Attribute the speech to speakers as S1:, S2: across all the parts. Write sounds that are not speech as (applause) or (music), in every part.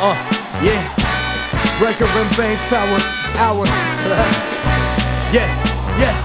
S1: Uh, yeah. Breaker and Bane's power hour. (laughs) yeah, yeah.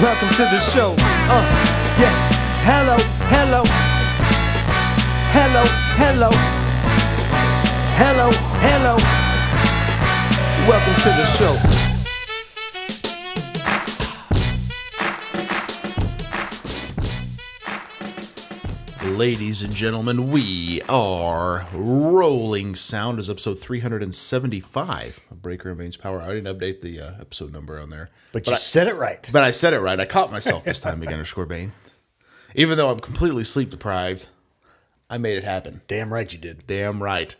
S1: Welcome to the show. Uh, yeah. Hello, hello. Hello, hello. Hello, hello. Welcome to the show.
S2: Ladies and gentlemen, we are rolling. Sound is episode 375 of Breaker and Bane's Power. I didn't update the uh, episode number on there,
S3: But you said it right.
S2: but I said it right. I caught myself this time, big underscore Bane. Even though I'm completely sleep deprived, I made it happen.
S3: Damn right you did.
S2: Damn right,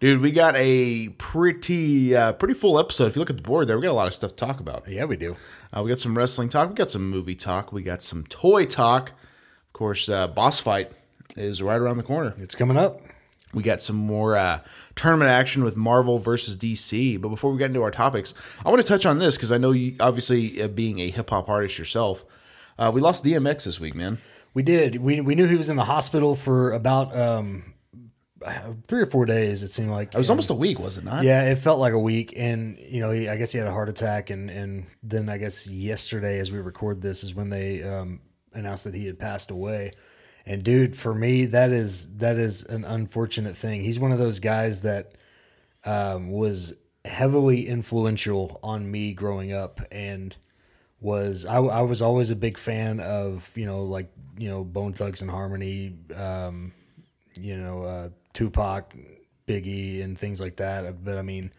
S2: dude. We got a pretty, uh, pretty full episode. If you look at the board there, we got a lot of stuff to talk about.
S3: Yeah, we do.
S2: Uh, we got some wrestling talk. We got some movie talk. We got some toy talk. Of course, uh, boss fight is right around the corner.
S3: It's coming up.
S2: We got some more uh, tournament action with Marvel versus DC. But before we get into our topics, I want to touch on this because I know you, obviously, uh, being a hip hop artist yourself, uh, we lost DMX this week, man.
S3: We did. We, we knew he was in the hospital for about um, three or four days. It seemed like
S2: It was almost a week, was it not?
S3: Yeah, it felt like a week, and you know, he, I guess he had a heart attack, and and then I guess yesterday, as we record this, is when they um, announced that he had passed away. And dude, for me, that is that is an unfortunate thing. He's one of those guys that um, was heavily influential on me growing up, and was I, I was always a big fan of you know like you know Bone Thugs and Harmony, um, you know uh, Tupac, Biggie, and things like that. But I mean,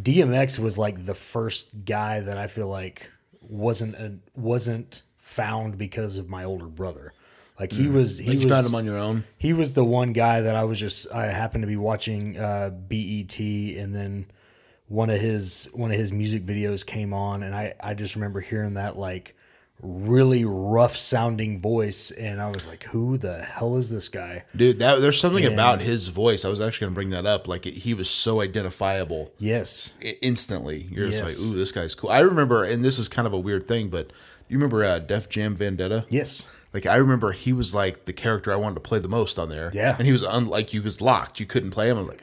S3: DMX was like the first guy that I feel like wasn't a, wasn't found because of my older brother. Like he was, he
S2: Mm. Like you
S3: was,
S2: found him on your own.
S3: he was the one guy that I was just I happened to be watching uh, BET and then one of his one of his music videos came on and I I just remember hearing that like really rough sounding voice and I was like who the hell is this guy?
S2: Dude, that, there's something about his voice. I was actually going to bring that up. Like, it, he was so identifiable.
S3: Yes.
S2: i- instantly. You're
S3: Yes.
S2: just like, ooh, this guy's cool. I remember, and this is kind of a weird thing, but you remember uh, Def Jam Vendetta?
S3: Yes.
S2: Like I remember, he was like the character I wanted to play the most on there.
S3: Yeah.
S2: and he was unlike he was locked. You couldn't play him. I was like,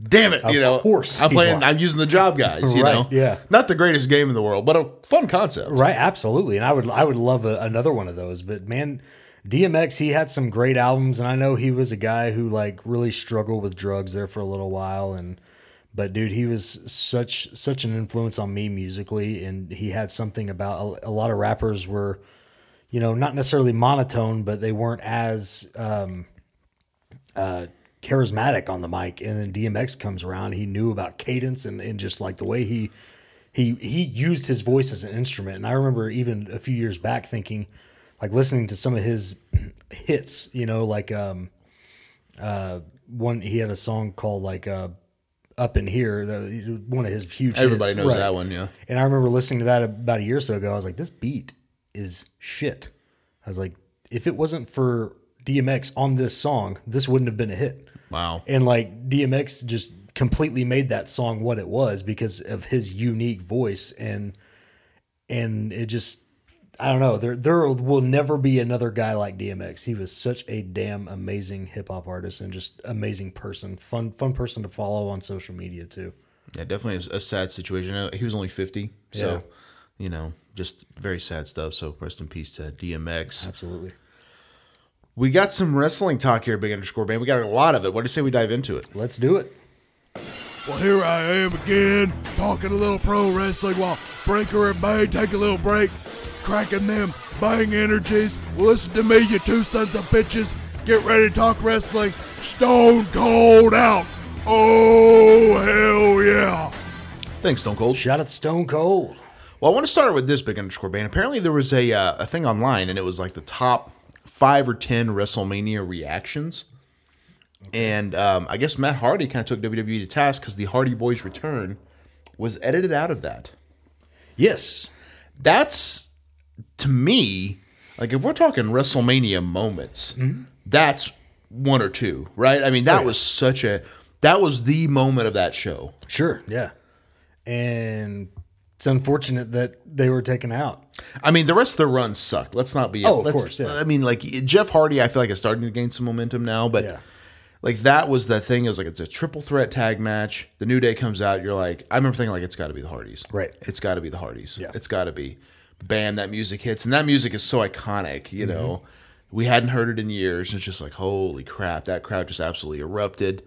S2: damn it, you
S3: Of
S2: know.
S3: course
S2: I'm
S3: he's
S2: playing.
S3: locked.
S2: I'm using the job guys. You
S3: (laughs) Right,
S2: know,
S3: yeah.
S2: not the greatest game in the world, but a fun concept.
S3: Right, absolutely. And I would I would love a, another one of those, but man, DMX he had some great albums and I know he was a guy who like really struggled with drugs there for a little while and but dude, he was such such an influence on me musically and he had something about a, a lot of rappers were you know, not necessarily monotone, but they weren't as um uh charismatic on the mic and then DMX comes around, he knew about cadence and and just like the way he he he used his voice as an instrument and i remember even a few years back thinking like listening to some of his (clears throat) hits you know like um uh one he had a song called like uh up in here the- one of his huge hits.
S2: Everybody knows
S3: Right.
S2: that one. Yeah,
S3: and i remember listening to that about a year or so ago i was like this beat is shit i was like if it wasn't for dmx on this song this wouldn't have been a hit
S2: wow.
S3: and like DMX just completely made that song what it was because of his unique voice and and it just I don't know there there will never be another guy like DMX. He was such a damn amazing hip hop artist and just amazing person. Fun fun person to follow on social media too.
S2: Yeah, definitely is a sad situation. I know He was only 50. So,
S3: Yeah.
S2: you know, just very sad stuff. So, rest in peace to DMX.
S3: Absolutely.
S2: We got some wrestling talk here, Big Underscore Band. We got a lot of it. What do you say we dive into it?
S3: Let's do it.
S4: Well, here I am again, talking a little pro wrestling while Breaker and Bay take a little break, cracking them bang energies. Well, listen to me, you two sons of bitches. Get ready to talk wrestling. Stone Cold out. Oh, hell yeah.
S2: Thanks, Stone Cold.
S3: Shout out Stone Cold.
S2: Well, I want to start with this big underscore band. Apparently, there was a uh, a thing online, and it was like the top five or ten WrestleMania reactions. And um, I guess Matt Hardy kind of took WWE to task because the Hardy Boys return was edited out of that.
S3: Yes.
S2: That's to me, like if we're talking WrestleMania moments, that's one or two, right? I mean, that was such a that was the moment of that show.
S3: Sure. Yeah. And it's unfortunate that they were taken out.
S2: I mean, the rest of their run sucked. Let's not be.
S3: Oh, of
S2: let's-
S3: course, yeah.
S2: I mean, like Jeff Hardy, I feel like is starting to gain some momentum now, but
S3: Yeah.
S2: like that was the thing. It was like it's a triple threat tag match. The New Day comes out. You're like, I remember thinking like it's got to be the Hardys,
S3: Right.
S2: It's got to be the Hardys.
S3: Yeah.
S2: It's got to be. Bam! That music hits, and that music is so iconic.
S3: Mm-hmm.
S2: You know, we hadn't heard it in years. And it's just like, holy crap! That crowd just absolutely erupted.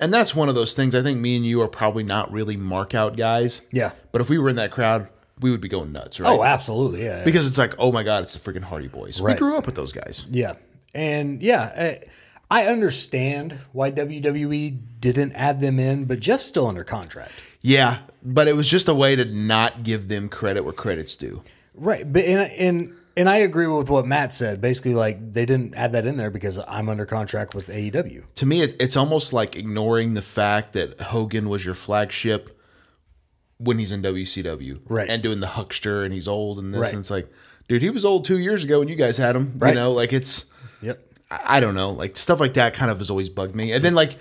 S2: And that's one of those things. I think me and you are probably not really mark out guys.
S3: Yeah.
S2: But if we were in that crowd, we would be going nuts, right?
S3: Oh, absolutely. Yeah.
S2: because it's like, oh my god, it's the freaking Hardy Boys.
S3: Right.
S2: We grew up with those guys.
S3: Yeah. And yeah, I, I understand why WWE didn't add them in, but Jeff's still under contract.
S2: Yeah, but it was just a way to not give them credit where credits due.
S3: Right. But and and and I agree with what Matt said. Basically, like they didn't add that in there because I'm under contract with E AEW.
S2: To me, it, it's almost like ignoring the fact that Hogan was your flagship when he's in WCW,
S3: Right.
S2: And doing the huckster, and he's old, and this,
S3: Right.
S2: and it's like, dude, he was old two years ago, and you guys had him.
S3: Right.
S2: You know, like it's.
S3: Yep.
S2: I I don't know, like stuff like that kind of has always bugged me. And then like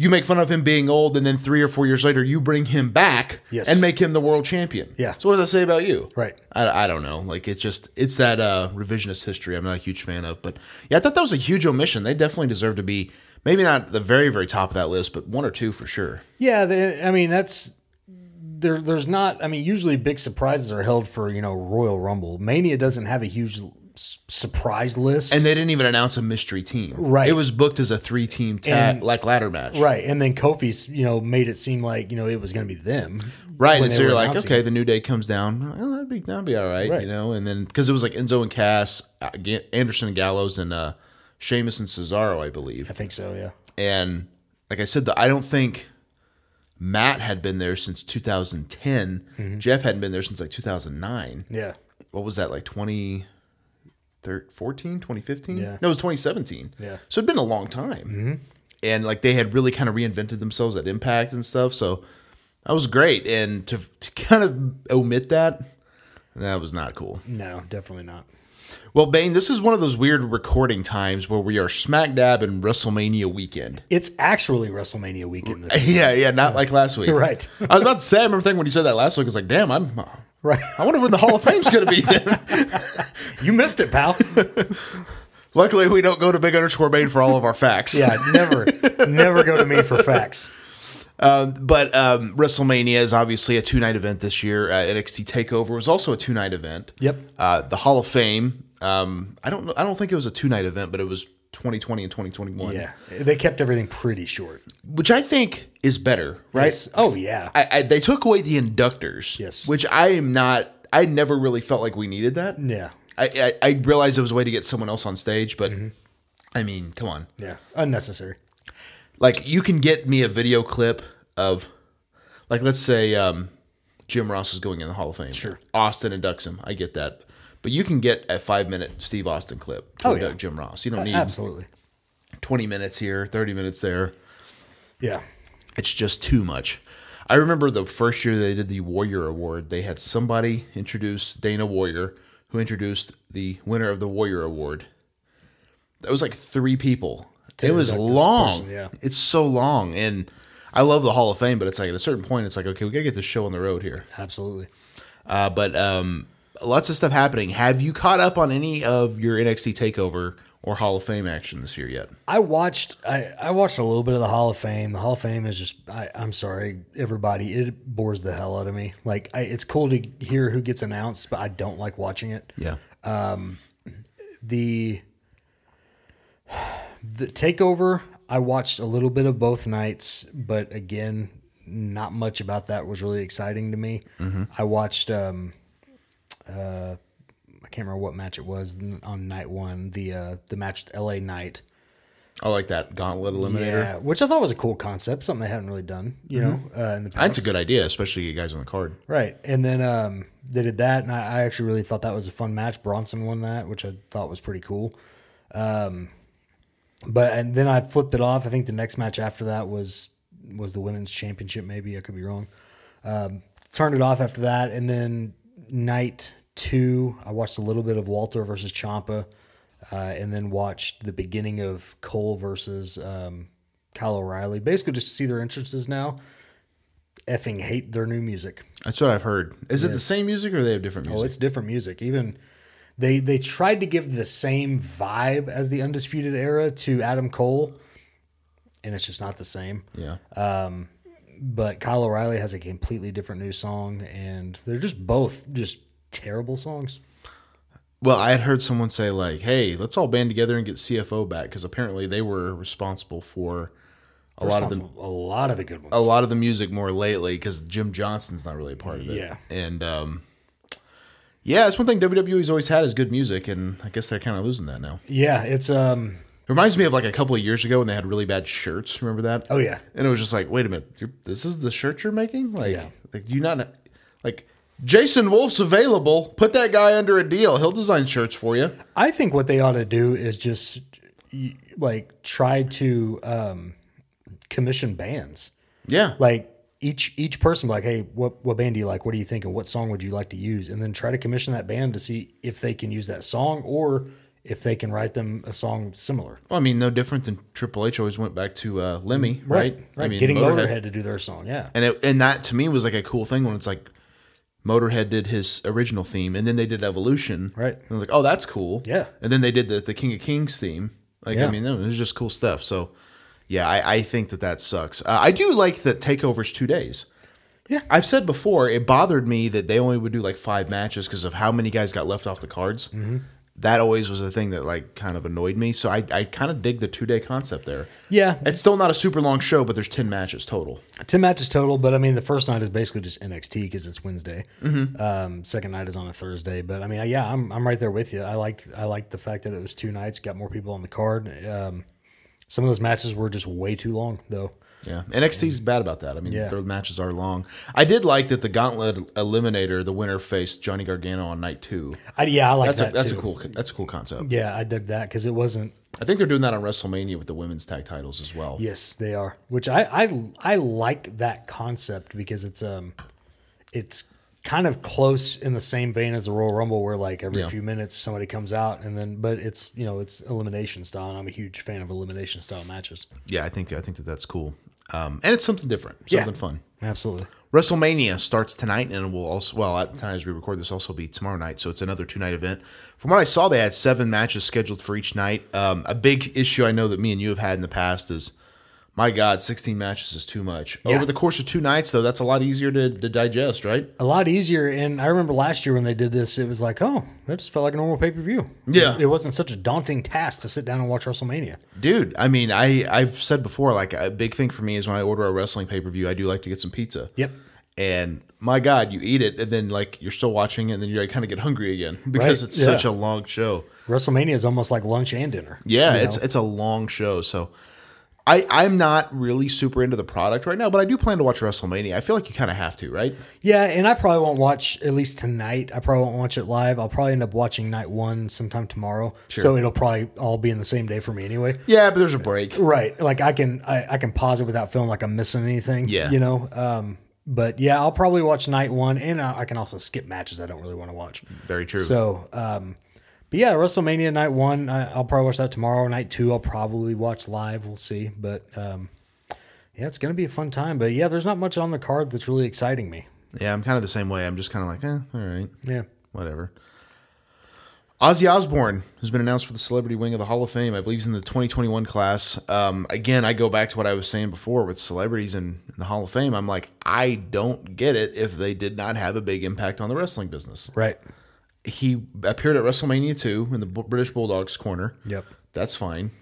S2: you make fun of him being old, and then three or four years later you bring him back
S3: Yes.
S2: and make him the world champion.
S3: Yeah.
S2: So what does that say about you?
S3: Right.
S2: I, I don't know. Like it's just it's that uh, revisionist history I'm not a huge fan of. But yeah, I thought that was a huge omission. They definitely deserve to be maybe not at the very very top of that list, but one or two for sure.
S3: Yeah, the, I mean that's there. There's not. I mean, usually big surprises are held for you know Royal Rumble. Mania doesn't have a huge s- surprise list,
S2: And they didn't even announce a mystery team.
S3: Right.
S2: It was booked as a three team tag
S3: And-
S2: like ladder match.
S3: right? And then Kofi's you know made it seem like you know it was going to be them,
S2: Right,
S3: when
S2: and
S3: they
S2: so you're
S3: were
S2: like,
S3: announcing
S2: okay,
S3: it.
S2: the new day comes down. Well, that'd be that'd be all right,
S3: Right.
S2: you know. And then because it was like Enzo and Cass, uh, Ga- Anderson and Gallows, and uh, Sheamus and Cesaro, I believe.
S3: I think so. Yeah.
S2: And like I said, the, I don't think Matt had been there since 2010.
S3: Mm-hmm.
S2: Jeff hadn't been there since like 2009.
S3: Yeah.
S2: What was that like 20? 14, 2015?
S3: Yeah.
S2: No, it was 2017.
S3: Yeah. Mm-hmm.
S2: So it'd been a long time. And like they had really kind of reinvented themselves at Impact and stuff. So that was great. And to, to kind of omit that, that was not cool.
S3: No, definitely not.
S2: Well, Bane, this is one of those weird recording times where we are smack dab in WrestleMania weekend.
S3: It's actually WrestleMania weekend this (laughs) week.
S2: (laughs) Yeah, yeah, not like last week.
S3: Right.
S2: I was about to say, I remember thinking when you said that last week, I was like, damn, I'm. uh,
S3: Right.
S2: I wonder when the Hall of Fame's going to be
S3: (laughs)
S2: then.
S3: You missed
S2: (laughs)
S3: it, pal.
S2: Luckily, we don't go to Big Underscore Bane for all of our facts.
S3: Yeah, never, never go to me for facts.
S2: but um, WrestleMania is obviously a two night event this year. Uh, NXT Takeover was also a two night event.
S3: Yep.
S2: Uh, the Hall of Fame. Um, I don't. know- I don't think it was a two night event, but it was 2020 and 2021.
S3: Yeah, they kept everything pretty short.
S2: Which I think is better, right?
S3: Yes. Oh yeah.
S2: I, I, they took away the inductors.
S3: Yes.
S2: Which I am not. I never really felt like we needed that.
S3: yeah.
S2: I, I, I realized it was a way to get someone else on stage, but
S3: Mm-hmm.
S2: I mean, come on.
S3: Yeah. Unnecessary.
S2: Like, you can get me a video clip of, like, let's say um, Jim Ross is going in the Hall of Fame.
S3: Sure.
S2: Austin inducts him. I get that. But you can get a five minute Steve Austin clip to
S3: Oh,
S2: induct
S3: yeah.
S2: Jim Ross. You don't need
S3: Absolutely.
S2: 20 minutes here, 30 minutes there.
S3: Yeah.
S2: It's just too much. I remember the first year they did the Warrior Award, they had somebody introduce Dana Warrior, who introduced the winner of the Warrior Award. That was like three people. it was
S3: induct this
S2: long.
S3: person, yeah.
S2: It's so long. And I love the Hall of Fame, but it's like at a certain point, it's like, okay, we got to get this show on the road here.
S3: Absolutely.
S2: Uh, but um, lots of stuff happening. Have you caught up on any of your NXT TakeOver or Hall of Fame action this year yet.
S3: I watched I, I watched a little bit of the Hall of Fame. The Hall of Fame is just I, I'm sorry, everybody, it bores the hell out of me. Like I, it's cool to hear who gets announced, but I don't like watching it.
S2: Yeah.
S3: The the takeover, I watched a little bit of both nights, but again, not much about that was really exciting to me.
S2: Mm-hmm.
S3: I watched um uh I can't remember what match it was on night one, the uh the match with LA Knight.
S2: I like that gauntlet eliminator.
S3: Yeah, which I thought was a cool concept, something they haven't really done, you know, uh, in the past.
S2: Mm-hmm. That's a good idea, especially you guys on the card.
S3: right. And then um, they did that, and I, I actually really thought that was a fun match. Bronson won that, which I thought was pretty cool. Um, but and then I flipped it off. I think the next match after that was was the women's championship. Maybe I could be wrong. Um, turned it off after that, and then night two, I watched a little bit of Walter versus Champa, uh, and then watched the beginning of Cole versus um, Kyle O'Reilly. Basically, just to see their entrances now. Effing hate their new music.
S2: That's what I've heard. Is it the same music or they have different music?
S3: Oh, it's different music. Even they they tried to give the same vibe as the Undisputed Era to Adam Cole, and it's just not the same.
S2: yeah.
S3: But Kyle O'Reilly has a completely different new song, and they're just both just terrible songs.
S2: Well, I had heard someone say like, "Hey, let's all band together and get CFO back," because apparently they were responsible for a lot of Oh. the
S3: Responsible- a lot of the good ones.
S2: a lot of the music more lately. Because Jim Johnson's not really a part of it.
S3: Yeah.
S2: and um, yeah, it's one thing WWE's always had is good music, and I guess they're kind of losing that now. It
S3: Yeah, it's um.
S2: reminds me of like a couple of years ago when they had really bad shirts. Remember that?
S3: Oh yeah,
S2: and it was just like, wait a minute, you're, this is the shirt you're making? Like,
S3: Yeah.
S2: like you not like Jason Wolf's available. Put that guy under a deal. He'll design shirts for you.
S3: I think what they ought to do is just y- like try to um commission bands.
S2: Yeah,
S3: like each each person be like hey what what band do you like what do you think and what song would you like to use and then try to commission that band to see if they can use that song or if they can write them a song similar
S2: Well, I mean, no different than Triple H always went back to uh, Lemmy, right?
S3: right
S2: I mean,
S3: getting
S2: Motorhead-
S3: motorhead. to do their song yeah
S2: and it, and that to me was like a cool thing when it's like Motorhead did his original theme, and then they did Evolution,
S3: Right.
S2: And I was like, oh, that's cool,
S3: Yeah.
S2: And then they did the the King of Kings theme. Like, I
S3: Yeah.
S2: mean, that was just cool stuff. So, yeah, I, I think that that sucks. Uh, I do like that takeovers two days.
S3: Yeah.
S2: I've said before it bothered me that they only would do like five matches because of how many guys got left off the cards.
S3: Mm-hmm.
S2: That always was a thing that like kind of annoyed me. So I, I kind of dig the two day concept there.
S3: yeah
S2: It's still not a super long show, but there's ten matches total.
S3: 10 matches total but i mean the first night is basically just nxt because it's wednesday
S2: Mm-hmm.
S3: um second night is on a thursday but i mean yeah i'm, I'm right there with you i liked i liked the fact that it was two nights got more people on the card um some of those matches were just way too long though
S2: Yeah, NXT's bad about that. I mean,
S3: Yeah.
S2: their matches are long. I did like that the Gauntlet Eliminator, the winner faced Johnny Gargano on night two.
S3: I, yeah i like
S2: That's
S3: that
S2: a, that's
S3: too.
S2: a cool that's a cool concept.
S3: Yeah, I dug that because it wasn't.
S2: I think they're doing that on WrestleMania with the women's tag titles as well.
S3: Yes, they are. Which I I I like that concept because it's um, it's kind of close in the same vein as the Royal Rumble, where like every
S2: Yeah.
S3: few minutes somebody comes out and then, but it's you know it's elimination style, and I'm a huge fan of elimination style matches.
S2: Yeah, I think I think that that's cool, um, and it's something different,
S3: Yeah.
S2: something fun.
S3: Absolutely.
S2: WrestleMania startes tonight, and will also well at the time as we record this also be tomorrow night. So it's another two night event. From what I saw, they had seven matches scheduled for each night. Um, a big issue I know that me and you have had in the past is, my God, sixteen matches is too much.
S3: Yeah.
S2: Over the course of two nights, though, that's a lot easier to, to digest, right?
S3: A lot easier, and I remember last year when they did this, it was like, oh, that just felt like a normal pay per view.
S2: Yeah.
S3: it wasn't such a daunting task to sit down and watch WrestleMania.
S2: Dude, I mean, I I've said before, like a big thing for me is when I order a wrestling pay per view, I do like to get some pizza.
S3: Yep.
S2: and my god you eat it and then like you're still watching it and then you like, kind of get hungry again (laughs) because
S3: Right,
S2: it's
S3: yeah.
S2: such a long show
S3: WrestleMania is almost like lunch and dinner.
S2: yeah
S3: you
S2: it's
S3: know?
S2: it's a long show so I, I'm not really super into the product right now, but I do plan to watch WrestleMania. I feel like you kind of have to, right?
S3: Yeah, and I probably won't watch at least tonight. I probably won't watch it live. I'll probably end up watching night one sometime tomorrow. So it'll probably all be in the same day for me anyway.
S2: Yeah, but there's a break.
S3: Right. Like I can I, I can pause it without feeling like I'm missing anything.
S2: Yeah.
S3: You know? Um but yeah, I'll probably watch night one and I, I can also skip matches I don't really want to watch.
S2: Very true.
S3: So um but yeah, WrestleMania night one, I, I'll probably watch that tomorrow. Night two, I'll probably watch live. We'll see. But um yeah, it's gonna be a fun time. But yeah, there's not much on the card that's really exciting me.
S2: yeah, I'm kind of the same way. I'm just kind of like, eh, all right,
S3: Yeah.
S2: whatever. Ozzy Osbourne has been announced for the celebrity wing of the Hall of Fame. I believe he's in the 2021 class. Um, again, I go back to what I was saying before with celebrities in, in the Hall of Fame. I'm like, I don't get it if they did not have a big impact on the wrestling business.
S3: Right.
S2: He appeared at WrestleMania 2 in the B- British Bulldogs corner.
S3: Yep.
S2: That's fine.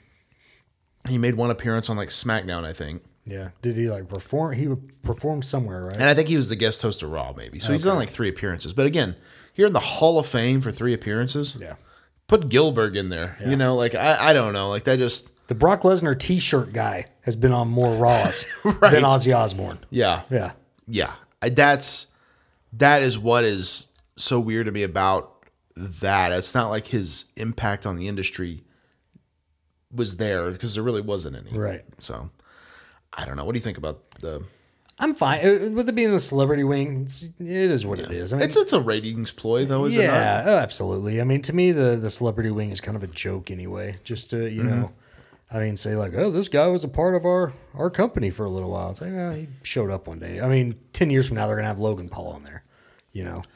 S2: He made one appearance on like SmackDown, I think.
S3: Yeah. Did he like perform? He performed somewhere, right?
S2: And I think he was the guest host of Raw, maybe. So he's done like three appearances. But again, you're in the Hall of Fame for three appearances.
S3: yeah.
S2: Put Gilbert in there. You know, like I, I don't know. Like that just
S3: The Brock Lesnar T-shirt guy has been on more
S2: (laughs)
S3: Raws than Ozzy Osbourne.
S2: yeah.
S3: Yeah.
S2: Yeah. I- That's that is what is so weird to me about that. It's not like his impact on the industry was there because there really wasn't any.
S3: Right.
S2: So I don't know. What do you think about the
S3: I'm fine Uh, with it being the celebrity wing. It's, it is what it is. I mean,
S2: it's it's a ratings ploy though, is it not?
S3: yeah, oh, absolutely. I mean, to me, the the celebrity wing is kind of a joke anyway. Just to you
S2: Mm-hmm.
S3: know, I mean, say like, oh, this guy was a part of our our company for a little while. It's like, oh, he showed up one day. I mean, ten years from now, they're gonna have Logan Paul on there. You know, of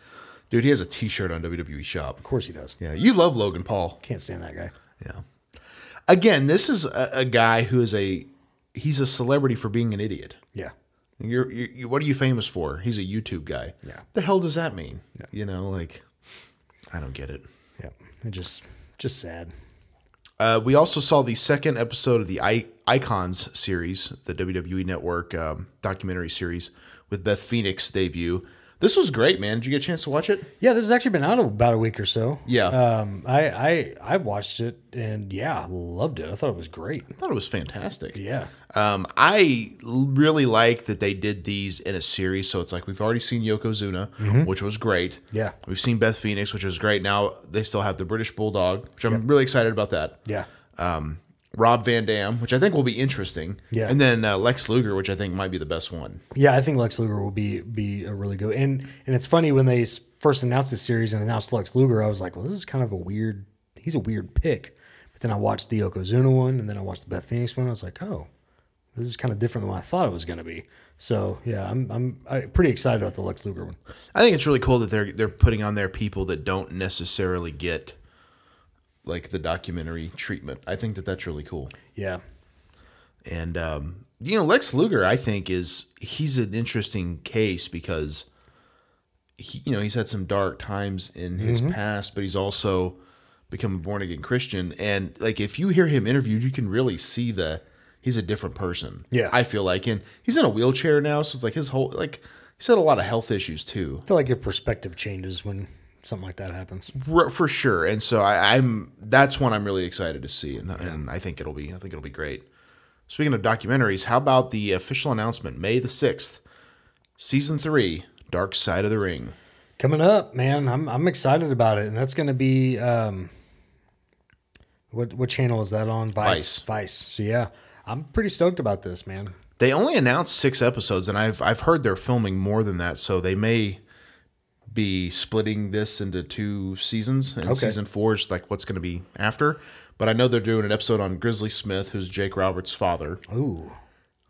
S2: Dude, he has a t shirt on WWE shop.
S3: course he does.
S2: Yeah, you love Logan Paul.
S3: Can't stand that guy.
S2: Yeah. Again, this is a, a guy who is a he's a celebrity for being an idiot.
S3: Yeah,
S2: You're, you're you- what are you famous for? He's a YouTube guy.
S3: Yeah.
S2: The hell does that mean? You know, like I don't get it.
S3: yeah. It just just sad.
S2: Uh, we also saw the second episode of the I- Icons series, the WWE Network um, documentary series with Beth Phoenix debut. This was great, man. Did you get a chance to watch it?
S3: Yeah, this has actually been out about a week or so.
S2: Yeah.
S3: Um, I I I watched it and yeah, loved it. I thought it was great.
S2: I thought it was fantastic.
S3: Yeah.
S2: Um, I l- really like that they did these in a series. So it's like we've already seen Yokozuna, which was great.
S3: Mm-hmm. Yeah.
S2: We've seen Beth Phoenix, which was great. Now they still have the British Bulldog, which I'm really excited about that.
S3: Yeah.
S2: Rob Van Dam, which I think will be interesting.
S3: Yeah.
S2: And then uh, Lex Luger, which I think might be the best one.
S3: Yeah, I think Lex Luger will be be a really good and and it's funny when they s- first announced this series and announced Lex Luger, I was like, well, this is kind of a weird. He's a weird pick. But then I watched the Yokozuna one, and then I watched the Beth Phoenix one. I was like, oh, this is kind of different than what I thought it was going to be. So yeah, I'm I'm I, pretty excited about the Lex Luger one.
S2: I think it's really cool that they're they're putting on there people that don't necessarily get like the documentary treatment. I think that that's really cool.
S3: Yeah,
S2: And um, you know, Lex Luger, I think is he's an interesting case because he, you know, he's had some dark times in his past, but he's also become a born again Christian. And like, if you hear him interviewed, you can really see the he's a different person.
S3: Yeah.
S2: I feel like, and he's in a wheelchair now, so it's like his whole like he's had a lot of health issues too,
S3: I feel like your perspective changes when something like that happens.
S2: for, for sure. And so I, I'm that's one I'm really excited to see, and, and I think it'll be I think it'll be great. Speaking of documentaries, how about the official announcement May the 6th, season 3, Dark Side of the Ring.
S3: Coming up, man, I'm I'm excited about it, and that's going to be um, what what channel is that on?
S2: Vice.
S3: Vice. So yeah, I'm pretty stoked about this, man.
S2: They only announced 6 episodes and I've I've heard they're filming more than that, so they may be splitting this into two seasons and
S3: Okay.
S2: season 4 is like what's going to be after. But I know they're doing an episode on Grizzly Smith, who's Jake Roberts' father.
S3: Ooh,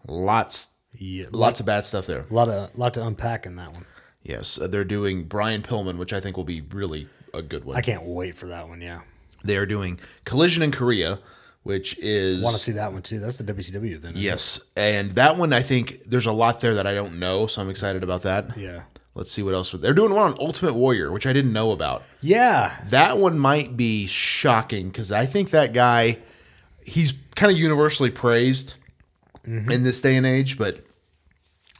S2: Lots
S3: Oh. yeah,
S2: lots of bad stuff there.
S3: a lot of lot to unpack in that one.
S2: Yes, uh, they're doing Brian Pillman, which I think will be really a good one.
S3: I can't wait for that one. Yeah,
S2: They are doing Collision in Korea, which is
S3: want to see that one too. That's the WCW event. isn't it?
S2: yes, and that one I think there's a lot there that I don't know, so I'm excited about that.
S3: Yeah.
S2: Let's see what else they're doing. One on Ultimate Warrior, which I didn't know about.
S3: Yeah.
S2: That one might be shocking because I think that guy, he's kind of universally praised
S3: Mm-hmm.
S2: in this day and age, but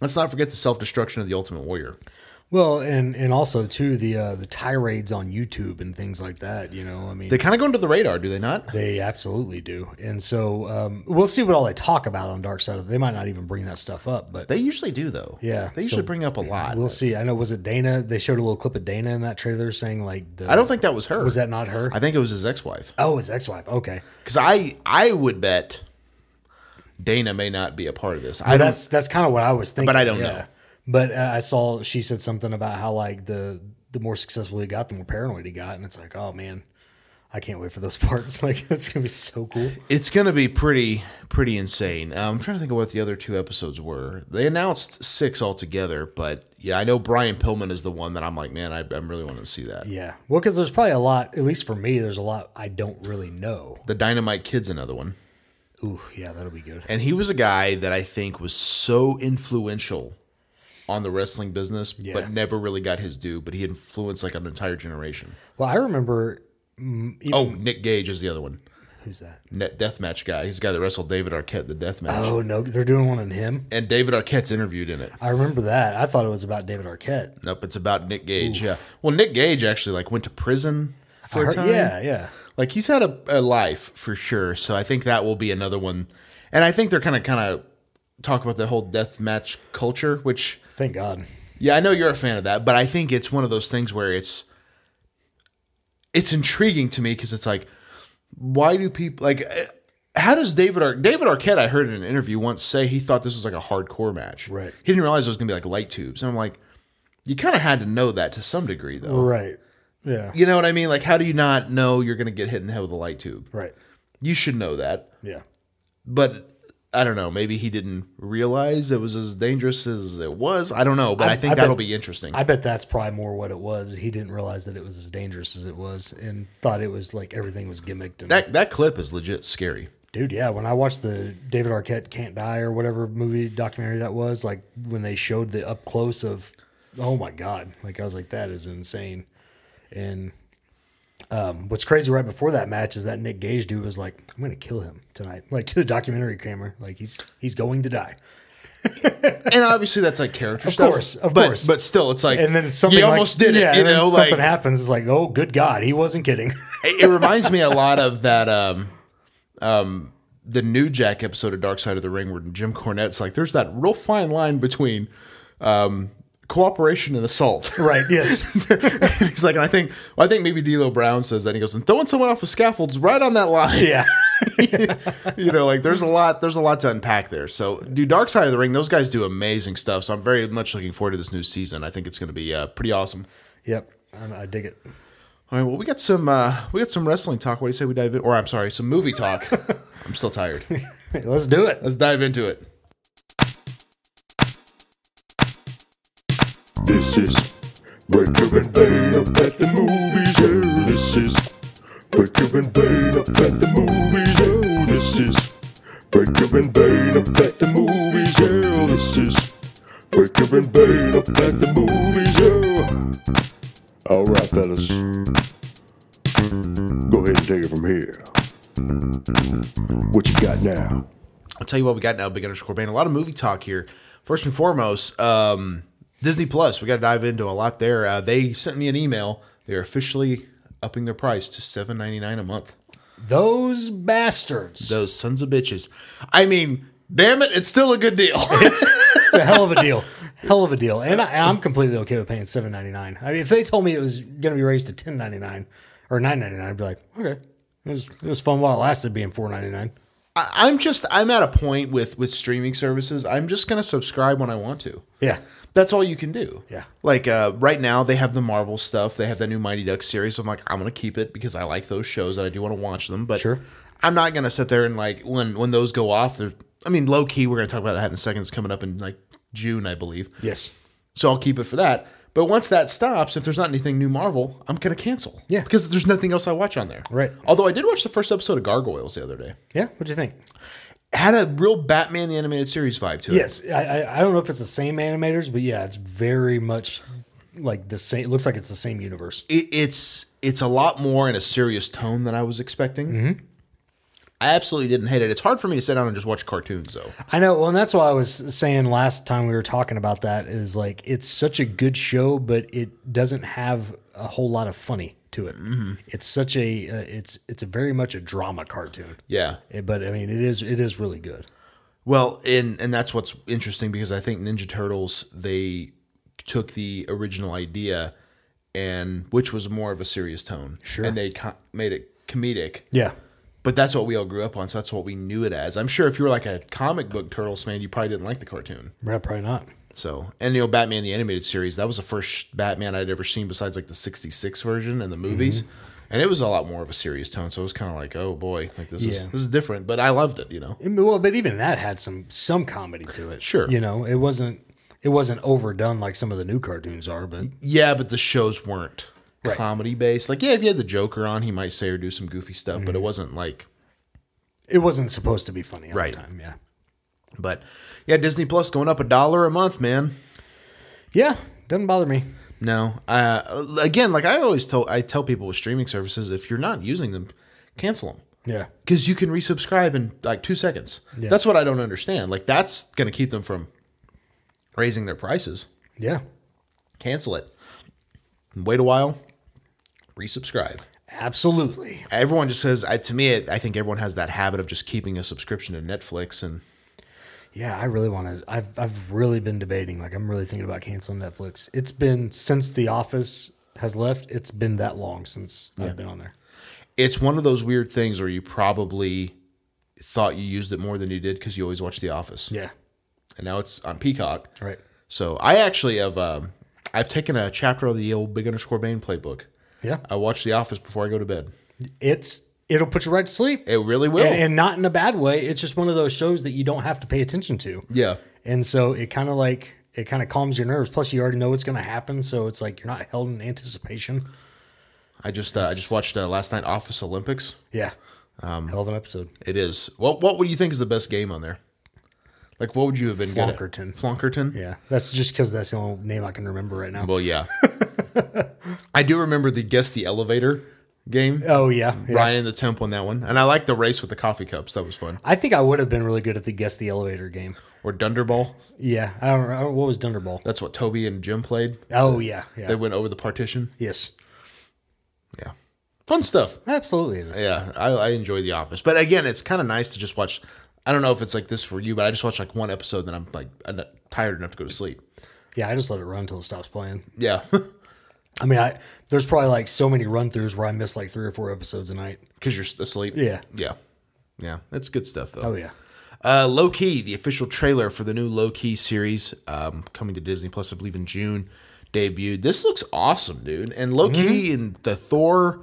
S2: let's not forget the self destruction of the Ultimate Warrior.
S3: Well, and and also too the uh, the tirades on YouTube and things like that. You know, I mean,
S2: They kind of go under the radar, do they not?
S3: They absolutely do, and so um, we'll see what all they talk about on Dark Side. of- They might not even bring that stuff up, but
S2: They usually do though.
S3: Yeah,
S2: they usually
S3: so
S2: bring up a lot.
S3: we'll see. I know was it Dana? They showed a little clip of Dana in that trailer saying like, the,
S2: I don't think that was her.
S3: was that not her?
S2: I think it was his ex-wife.
S3: oh, his ex-wife. Okay,
S2: Because I I would bet Dana may not be a part of this. I
S3: Well,
S2: don't.
S3: that's that's kind of what I was thinking.
S2: I don't know.
S3: But uh, I saw she said something about how like the the more successful he got, the more paranoid he got, and it's like, oh man, I can't wait for those (laughs) parts. Like that's gonna be so cool.
S2: It's gonna be pretty pretty insane. Uh, I'm trying to think of what the other two episodes were. They announced six altogether, but yeah, I know Brian Pillman is the one that I'm like, man, I, I really want to see that.
S3: Yeah. Well, because there's probably a lot. At least for me, there's a lot I don't really know.
S2: The Dynamite Kid's another one.
S3: Ooh, yeah, that'll be good.
S2: And he was a guy that I think was so influential on the wrestling business,
S3: Yeah.
S2: but never really got his due. But he influenced like an entire generation.
S3: Well, I remember. mm, even-
S2: Oh, Nick Gage is the other one.
S3: who's that?
S2: Net deathmatch guy. He's the guy that wrestled David Arquette the deathmatch.
S3: Oh no, they're doing one on him.
S2: And David Arquette's interviewed in it.
S3: I remember that. I thought it was about David Arquette.
S2: Nope, it's about Nick Gage. Yeah. Well, Nick Gage actually like went to prison for
S3: I
S2: a
S3: heard-
S2: time.
S3: Yeah, yeah.
S2: Like he's had a, a life for sure. So I think that will be another one. And I think they're kind of kind of talk about the whole deathmatch culture, which
S3: Thank God.
S2: yeah, I know you're a fan of that, but I think it's one of those things where it's it's intriguing to me because it's like, why do people like? eh, How does David Ar- David Arquette? I heard in an interview once say he thought this was like a hardcore match.
S3: Right.
S2: He didn't realize it was gonna be like light tubes, and I'm like, you kind of had to know that to some degree, though.
S3: Right. Yeah.
S2: You know what I mean? Like, how do you not know you're gonna get hit in the head with a light tube?
S3: Right.
S2: You should know that,
S3: Yeah.
S2: but I don't know. Maybe he didn't realize it was as dangerous as it was. I don't know, but I,
S3: I-
S2: think
S3: I bet-
S2: that'll be interesting.
S3: I bet that's probably more what it was. He didn't realize that it was as dangerous as it was, and thought it was like everything was gimmicked. And,
S2: That that clip is legit scary.
S3: dude, yeah. When I watched the David Arquette Can't Die or whatever movie documentary that was, like when they showed the up close of, oh my god, like I was like that is insane. And um, what's crazy right before that match is that Nick Gage dude was like, I'm gonna kill him tonight, like to the documentary camera, like he's he's going to die.
S2: And obviously that's like character
S3: Of
S2: stuff.
S3: course, of
S2: but,
S3: course.
S2: But still it's like
S3: And then something
S2: you
S3: like-
S2: almost did
S3: yeah,
S2: it. You
S3: and then
S2: know, like
S3: something happens. It's like, oh, good God, he wasn't kidding. (laughs)
S2: it, it reminds me a lot of that um um the new Jack episode of Dark Side of the Ring where Jim Cornette's like, there's that real fine line between um cooperation and assault. (laughs)
S3: right? Yes.
S2: He's like, and I think well, I think maybe D'Lo Brown says that. And he goes, and throwing someone off a scaffold's right on that line.
S3: Yeah.
S2: you know, like there's a lot, there's a lot to unpack there. So, do Dark Side of the Ring. Those guys do amazing stuff. So I'm very much looking forward to this new season. I think it's going to be uh, pretty awesome.
S3: Yep. I, I dig it.
S2: All right, well, we got some, uh, we got some wrestling talk. What do you say we dive in? Or I'm sorry, some movie talk. I'm still tired.
S3: Let's do it.
S2: Let's dive into it.
S5: This is Breaker and Bane up at the movies. Yeah, this is Breaker and Bane up at the movies. Yeah, this is Breaker and Bane up at the movies. Yeah, this is Breaker and Bane up at the movies. Yeah. All right, fellas. Go ahead and take it from here. What you got now?
S2: I'll tell you what we got now, Big Underscore Bane. A lot of movie talk here. First and foremost, um, Disney Plus. We got to dive into a lot there. Uh, they sent me an email. They're officially upping their price to seven ninety nine a month.
S3: Those bastards.
S2: Those sons of bitches. I mean, damn it, it's still a good deal.
S3: It's a hell of a deal. Hell of a deal. And I, I'm completely okay with paying seven ninety nine. I mean, if they told me it was going to be raised to ten ninety nine or nine ninety nine, I'd be like, okay, it was it was fun while it lasted, being four ninety nine.
S2: I- I'm just I'm at a point with with streaming services. I'm just gonna subscribe when I want to.
S3: Yeah.
S2: That's all you can do.
S3: Yeah.
S2: Like uh, right now, they have the Marvel stuff. They have that new Mighty Ducks series. I'm like, I'm gonna keep it because I like those shows and I do want to watch them. But
S3: Sure.
S2: I'm not gonna sit there and like when when those go off. They're I mean, low key, we're gonna talk about that in a second. It's coming up in like June, I believe.
S3: Yes.
S2: So I'll keep it for that. But once that stops, if there's not anything new Marvel, I'm gonna cancel.
S3: Yeah.
S2: Because there's nothing else I watch on there.
S3: Right.
S2: Although I did watch the first episode of Gargoyles the other day.
S3: Yeah. What do you think?
S2: It had a real Batman the animated series vibe to it.
S3: Yes. I, I I don't know if it's the same animators, but yeah, it's very much like the same. It looks like it's the same universe.
S2: it, it's it's a lot more in a serious tone than I was expecting.
S3: Mm-hmm.
S2: I absolutely didn't hate it. It's hard for me to sit down and just watch cartoons though.
S3: I know. Well, and that's why I was saying last time we were talking about that is like it's such a good show, but it doesn't have a whole lot of funny to it. It's such a uh, it's it's a very much a drama cartoon.
S2: Yeah.
S3: Eh, But I mean, it is it is really good.
S2: Well, and and that's what's interesting because I think Ninja Turtles they took the original idea and which was more of a serious tone,
S3: Sure.
S2: and they co- made it comedic.
S3: Yeah.
S2: But that's what we all grew up on, so that's what we knew it as. I'm sure if you were like a comic book Turtles fan, you probably didn't like the cartoon.
S3: Yeah, Probably not.
S2: So, and you know,
S3: Mm-hmm.
S2: Batman the animated series, that was the first Batman I'd ever seen besides like the 66 version and the movies. and it was a lot more of a serious tone. So it was kind of like, oh boy, like this is
S3: Yeah.
S2: this is different. But I loved it, you know.
S3: And- Well, but even that had some some comedy to it.
S2: Sure.
S3: you know it wasn't it wasn't overdone like some of the new cartoons are. But
S2: Yeah, but the shows weren't
S3: Right.
S2: comedy based. Like, yeah, if you had the Joker on, he might say or do some goofy stuff, but
S3: Mm-hmm.
S2: it wasn't like.
S3: it wasn't supposed to be funny all
S2: Right.
S3: the time. Yeah,
S2: But yeah, Disney Plus going up a dollar a month, man.
S3: yeah, doesn't bother me.
S2: No, uh, again, like I always tell, I tell people with streaming services, if you're not using them, cancel them.
S3: Yeah,
S2: because you can resubscribe in like two seconds. That's what I don't understand. Like that's going to keep them from raising their prices.
S3: yeah,
S2: Cancel it. Wait a while. Resubscribe.
S3: absolutely.
S2: Everyone just says I, to me. It, I think everyone has that habit of just keeping a subscription to Netflix, and
S3: Yeah, I really want to. I've I've really been debating. Like, I'm really thinking about canceling Netflix. It's been since The Office has left. It's been that long since I've been on there.
S2: it's one of those weird things where you probably thought you used it more than you did because you always watch The Office,
S3: Yeah,
S2: and now it's on Peacock.
S3: right.
S2: So I actually have um, I've taken a chapter of the old Big Underscore Bane playbook.
S3: Yeah,
S2: I watch The Office before I go to bed.
S3: it's it'll put you right to sleep.
S2: It really will.
S3: and, and not in a bad way. It's just one of those shows that you don't have to pay attention to.
S2: Yeah.
S3: And so it kind of like it kind of calms your nerves. Plus, you already know what's going to happen, so it's like you're not held in anticipation.
S2: I just uh, I just watched uh, last night Office Olympics.
S3: Yeah, hell of an episode.
S2: It is. What what would you think is the best game on there? Like what would you have been good at?
S3: Flonkerton.
S2: Flonkerton?
S3: Yeah, that's just because that's the only name I can remember right now.
S2: Well, yeah. I do remember the guess the elevator game.
S3: Oh yeah, yeah.
S2: Ryan in the temp on that one. And I like the race with the coffee cups. That was fun.
S3: I think I would have been really good at the guess the elevator game.
S2: Or Dunderball.
S3: Yeah, I don't, I don't what was Dunderball.
S2: That's what Toby and Jim played.
S3: Oh yeah, yeah,
S2: They went over the partition.
S3: yes,
S2: Yeah. Fun stuff.
S3: absolutely. It is.
S2: Yeah, I, I enjoy The Office, but again, it's kind of nice to just watch. I don't know if it's like this for you, but I just watch like one episode, then I'm like en- tired enough to go to sleep.
S3: Yeah, I just let it run until it stops playing.
S2: Yeah, (laughs)
S3: I mean, I there's probably like so many run throughs where I miss like three or four episodes a night.
S2: because you're s- asleep.
S3: Yeah.
S2: yeah, yeah. It's good stuff though.
S3: Oh yeah,
S2: Uh, Low Key, the official trailer for the new Low Key series, um, coming to Disney Plus, I believe in June, debuted. This looks awesome, dude. And Low Key
S3: Mm-hmm.
S2: and the Thor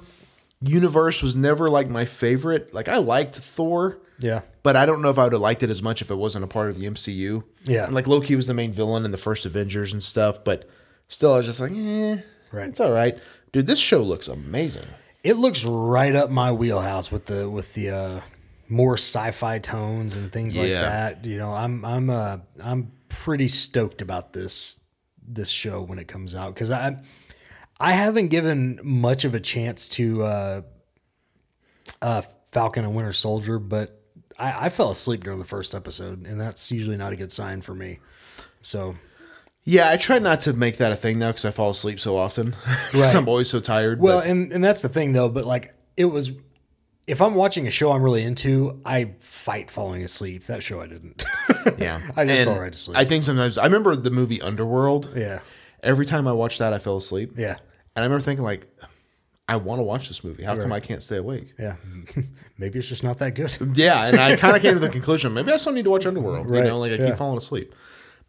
S2: universe was never like my favorite. Like I liked Thor.
S3: yeah.
S2: but I don't know if I would have liked it as much if it wasn't a part of the MCU.
S3: Yeah.
S2: And like Loki was the main villain in the first Avengers and stuff, but still, I was just like, eh,
S3: Right.
S2: it's all right, dude. This show looks amazing.
S3: It looks right up my wheelhouse with the with the uh, more sci-fi tones and things like
S2: Yeah.
S3: that. You know, I'm I'm uh, I'm pretty stoked about this this show when it comes out because I I haven't given much of a chance to uh, uh, Falcon and Winter Soldier, but I, I fell asleep during the first episode, and that's usually not a good sign for me. So
S2: Yeah, I try not to make that a thing now because I fall asleep so often. (laughs) 'Cause I'm always so tired.
S3: Well,
S2: but-
S3: and and that's the thing though, but like it was if I'm watching a show I'm really into, I fight falling asleep. That show I didn't.
S2: yeah,
S3: (laughs) I just
S2: And
S3: fell right to sleep.
S2: I think sometimes I remember the movie Underworld.
S3: yeah.
S2: Every time I watched that, I fell asleep.
S3: Yeah.
S2: and I remember thinking like, I want to watch this movie. How come I can't stay awake?
S3: Yeah. (laughs) Maybe it's just not that good.
S2: Yeah, and
S3: (laughs)
S2: I kind of came to the conclusion maybe I still need to watch Underworld.
S3: Right,
S2: You know, like I
S3: yeah.
S2: keep falling asleep.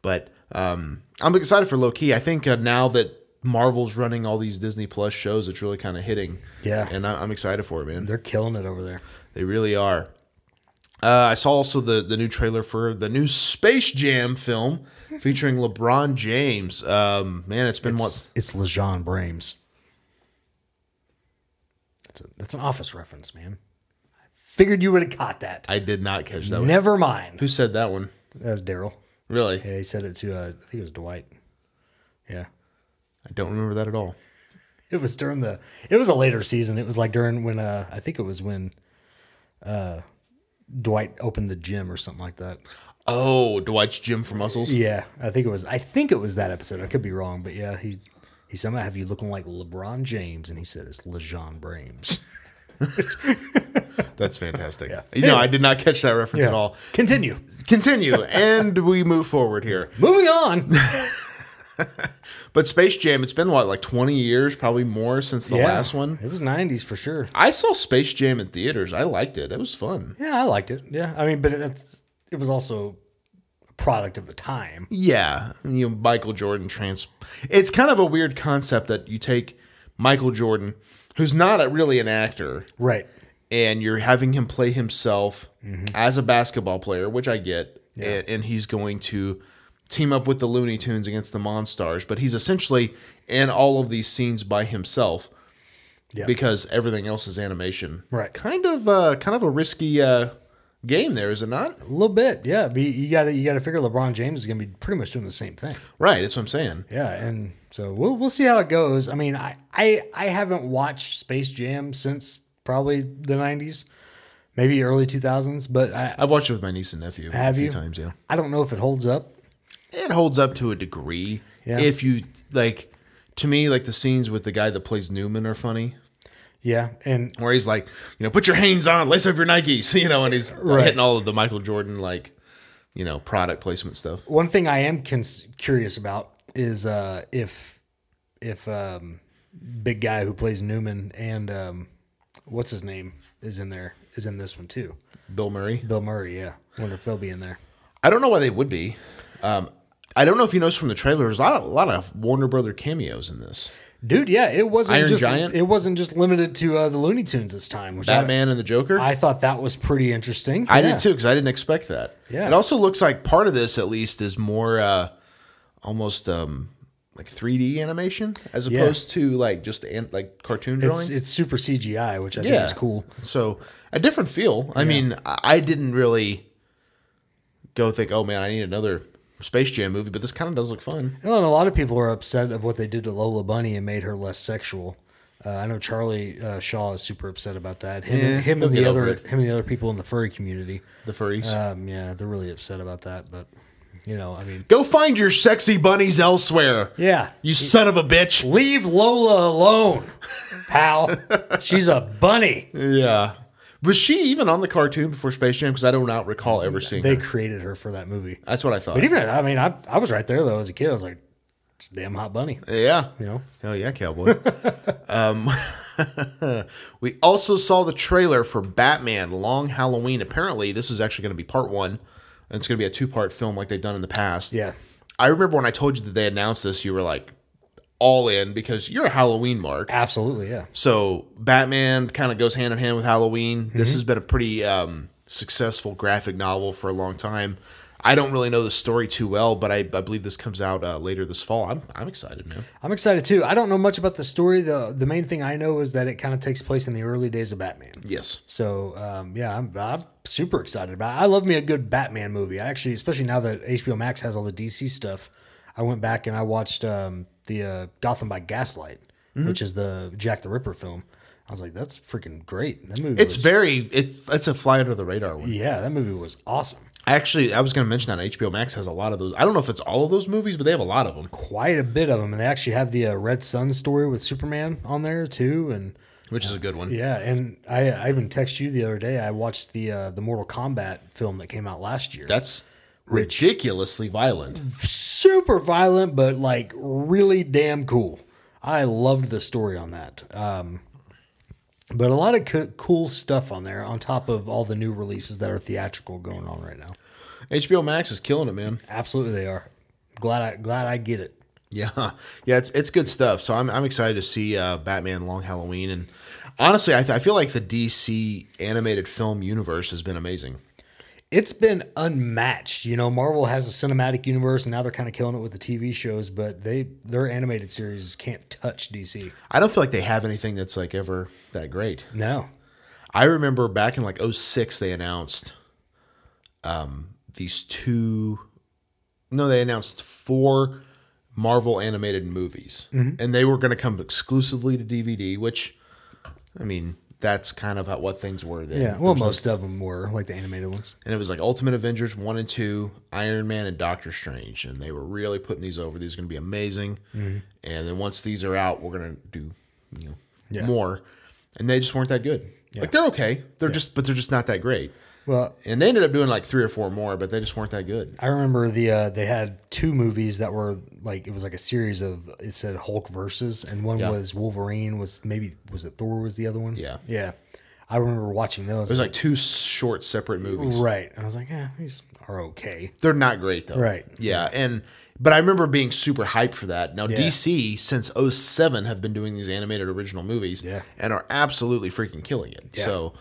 S2: But um, I'm excited for Low Key. I think uh, now that Marvel's running all these Disney Plus shows, it's really kind of hitting.
S3: Yeah.
S2: and I, I'm excited for it, man.
S3: They're killing it over there.
S2: they really are. Uh, I saw also the the new trailer for the new Space Jam film featuring LeBron James. Um, man, it's been what
S3: It's, it's LeJon Brames. That's a, that's an office reference, man. I figured you would have caught that.
S2: I did not catch that one.
S3: Never mind.
S2: Who said that one?
S3: That's Daryl.
S2: Really,
S3: Yeah, he said it to uh, I think it was Dwight. Yeah.
S2: I don't remember that at all.
S3: It was during the. It was a later season. It was like during when uh, I think it was when, uh, Dwight opened the gym or something like that.
S2: Oh, Dwight's Jim for Muscles.
S3: Yeah, I think it was. I think it was that episode. I could be wrong, but yeah, he he said, "I have you looking like LeBron James," and he said, "It's LeJon Brames."
S2: That's fantastic. You know, I did not catch that reference at all.
S3: (laughs) Continue.
S2: Continue, and we move forward here.
S3: Moving on.
S2: But Space Jam, it's been what, like 20 years, probably more since the
S3: Yeah,
S2: last one?
S3: (laughs) It was '90s for sure.
S2: I saw Space Jam in theaters. I liked it. It was fun.
S3: Yeah, I liked it. Yeah, I mean, but it's, it was also a product of the time.
S2: Yeah. You know, Michael Jordan trans. It's kind of a weird concept that you take Michael Jordan, who's not a, really an actor,
S3: Right.
S2: and you're having him play himself
S3: Mm-hmm.
S2: as a basketball player, which I get, and, and he's going to team up with the Looney Tunes against the Monstars, but he's essentially in all of these scenes by himself
S3: Yeah.
S2: because everything else is animation.
S3: Right.
S2: Kind of uh, kind of a risky uh, game there, is it not?
S3: A little bit, yeah. Be, you got to you got to figure LeBron James is going to be pretty much doing the same thing.
S2: Right, that's what I'm saying.
S3: Yeah, and so we'll we'll see how it goes. I mean, I I, I haven't watched Space Jam since probably the '90s, maybe early 2000s, but I
S2: I've watched it with my niece and nephew
S3: Have
S2: a few
S3: you?
S2: times, yeah.
S3: I don't know if it holds up.
S2: It holds up to a degree.
S3: Yeah.
S2: If you like to me, like the scenes with the guy that plays Newman are funny.
S3: Yeah, and
S2: where he's like, you know, put your hands on, lace up your Nikes, (laughs) you know, and he's
S3: Right.
S2: hitting all of the Michael Jordan like, you know, product placement stuff.
S3: one thing I am cons- curious about is uh, if if um, big guy who plays Newman and um, what's his name is in there is in this one too.
S2: Bill Murray.
S3: Bill Murray, yeah. Wonder if they'll be in there.
S2: I don't know why they would be. Um, I don't know if you noticed from the trailer, there's a lot, of, a lot of Warner Brother cameos in this.
S3: Dude, yeah, it wasn't
S2: Iron
S3: just
S2: Giant?
S3: it wasn't just limited to uh, the Looney Tunes this time, which I-
S2: Batman and the Joker.
S3: I,
S2: I,
S3: thought that was pretty interesting. Yeah.
S2: did too because I didn't expect that.
S3: Yeah.
S2: It also looks like part of this, at least, is more uh, almost um, like 3D animation as
S3: Yeah.
S2: opposed to like just an, like cartoon drawing.
S3: It's it's super CGI, which I think is cool.
S2: So a different feel. I mean, I I didn't really go think, oh man, I need another Space Jam movie, but this kind of does look fun.
S3: Well, and a lot of people are upset of what they did to Lola Bunny and made her less sexual. Uh, I know Charlie uh, Shaw is super upset about that. Him, him
S2: he'll
S3: and the
S2: get over
S3: other
S2: it.
S3: him and the other people in the furry community.
S2: The furries.
S3: Um, yeah, they're really upset about that. But you know, I mean,
S2: go find your sexy bunnies elsewhere.
S3: yeah,
S2: You son of a bitch.
S3: leave Lola alone, pal. She's a bunny.
S2: Yeah. Was she even on the cartoon before Space Jam? Because I do not recall ever seeing
S3: They
S2: her.
S3: created her for that movie.
S2: That's what I thought.
S3: But even I mean, I I was right there though as a kid. I was like, it's a damn hot bunny.
S2: yeah.
S3: You know,
S2: Hell yeah,
S3: (laughs)
S2: cowboy. um, (laughs) we also saw the trailer for Batman Long Halloween. Apparently, this is actually going to be part one, and it's going to be a two part film like they've done in the past.
S3: yeah.
S2: I remember when I told you that they announced this, you were like all in because you're a Halloween mark.
S3: Absolutely, yeah.
S2: So Batman kind of goes hand in hand with Halloween.
S3: Mm-hmm.
S2: This has been a pretty um, successful graphic novel for a long time. I don't really know the story too well, but I, I believe this comes out uh, later this fall. I'm, I'm excited, man.
S3: I'm excited too. I don't know much about the story. the The main thing I know is that it kind of takes place in the early days of Batman.
S2: Yes.
S3: So um, yeah, I'm, I'm super excited about. It. I love me a good Batman movie. I actually, especially now that HBO Max has all the DC stuff, I went back and I watched um, the uh, Gotham by Gaslight, which is the Jack the Ripper film. I was like, that's freaking great. That movie.
S2: It's
S3: was,
S2: very it, it's a fly under the radar one.
S3: yeah, that movie was awesome.
S2: Actually, I was going to mention that HBO Max has a lot of those. I don't know if it's all of those movies, but they have a lot of them,
S3: Quite a bit of them, and they actually have the uh, Red Sun story with Superman on there too, and.
S2: which is a good one.
S3: Yeah, and I, I even texted you the other day. I watched the uh, the Mortal Kombat film that came out last year.
S2: That's ridiculously violent.
S3: super violent, but like really damn cool. I loved the story on that. Um, but a lot of co- cool stuff on there, on top of all the new releases that are theatrical going on right now.
S2: HBO Max is killing it, man.
S3: Absolutely, they are. Glad I glad I get it.
S2: Yeah, yeah, it's it's good stuff. So I'm I'm excited to see uh, Batman Long Halloween, and honestly, I, th- I feel like the DC animated film universe has been amazing.
S3: it's been unmatched. You know, Marvel has a cinematic universe, and now they're kind of killing it with the TV shows. But they their animated series can't touch DC.
S2: I don't feel like they have anything that's like ever that great.
S3: No,
S2: I remember back in like 06, they announced um, these two. No, they announced four Marvel animated movies,
S3: Mm-hmm.
S2: and they were going to come exclusively to DVD. Which, I mean, that's kind of how, what things were then.
S3: yeah. Well, most of them were like the animated ones.
S2: and it was like Ultimate Avengers one and two, Iron Man and Doctor Strange, and they were really putting these over. These are going to be amazing, and then once these are out, we're going to do you know
S3: Yeah.
S2: more, and they just weren't that good. Like they're okay, they're just but they're just not that great.
S3: Well,
S2: And they ended up doing like three or four more, but they just weren't that good.
S3: I remember the uh, they had two movies that were like it was like a series of it said Hulk versus, and one
S2: Yeah.
S3: was Wolverine. Was maybe was it Thor? Was the other one?
S2: Yeah.
S3: yeah. I remember watching those.
S2: There's like two short separate movies.
S3: right, and I was like, yeah, these are okay.
S2: They're not great though.
S3: Right.
S2: Yeah. And but I remember being super hyped for that. Now DC since 07 have been doing these animated original movies
S3: Yeah.
S2: and are absolutely freaking killing it. So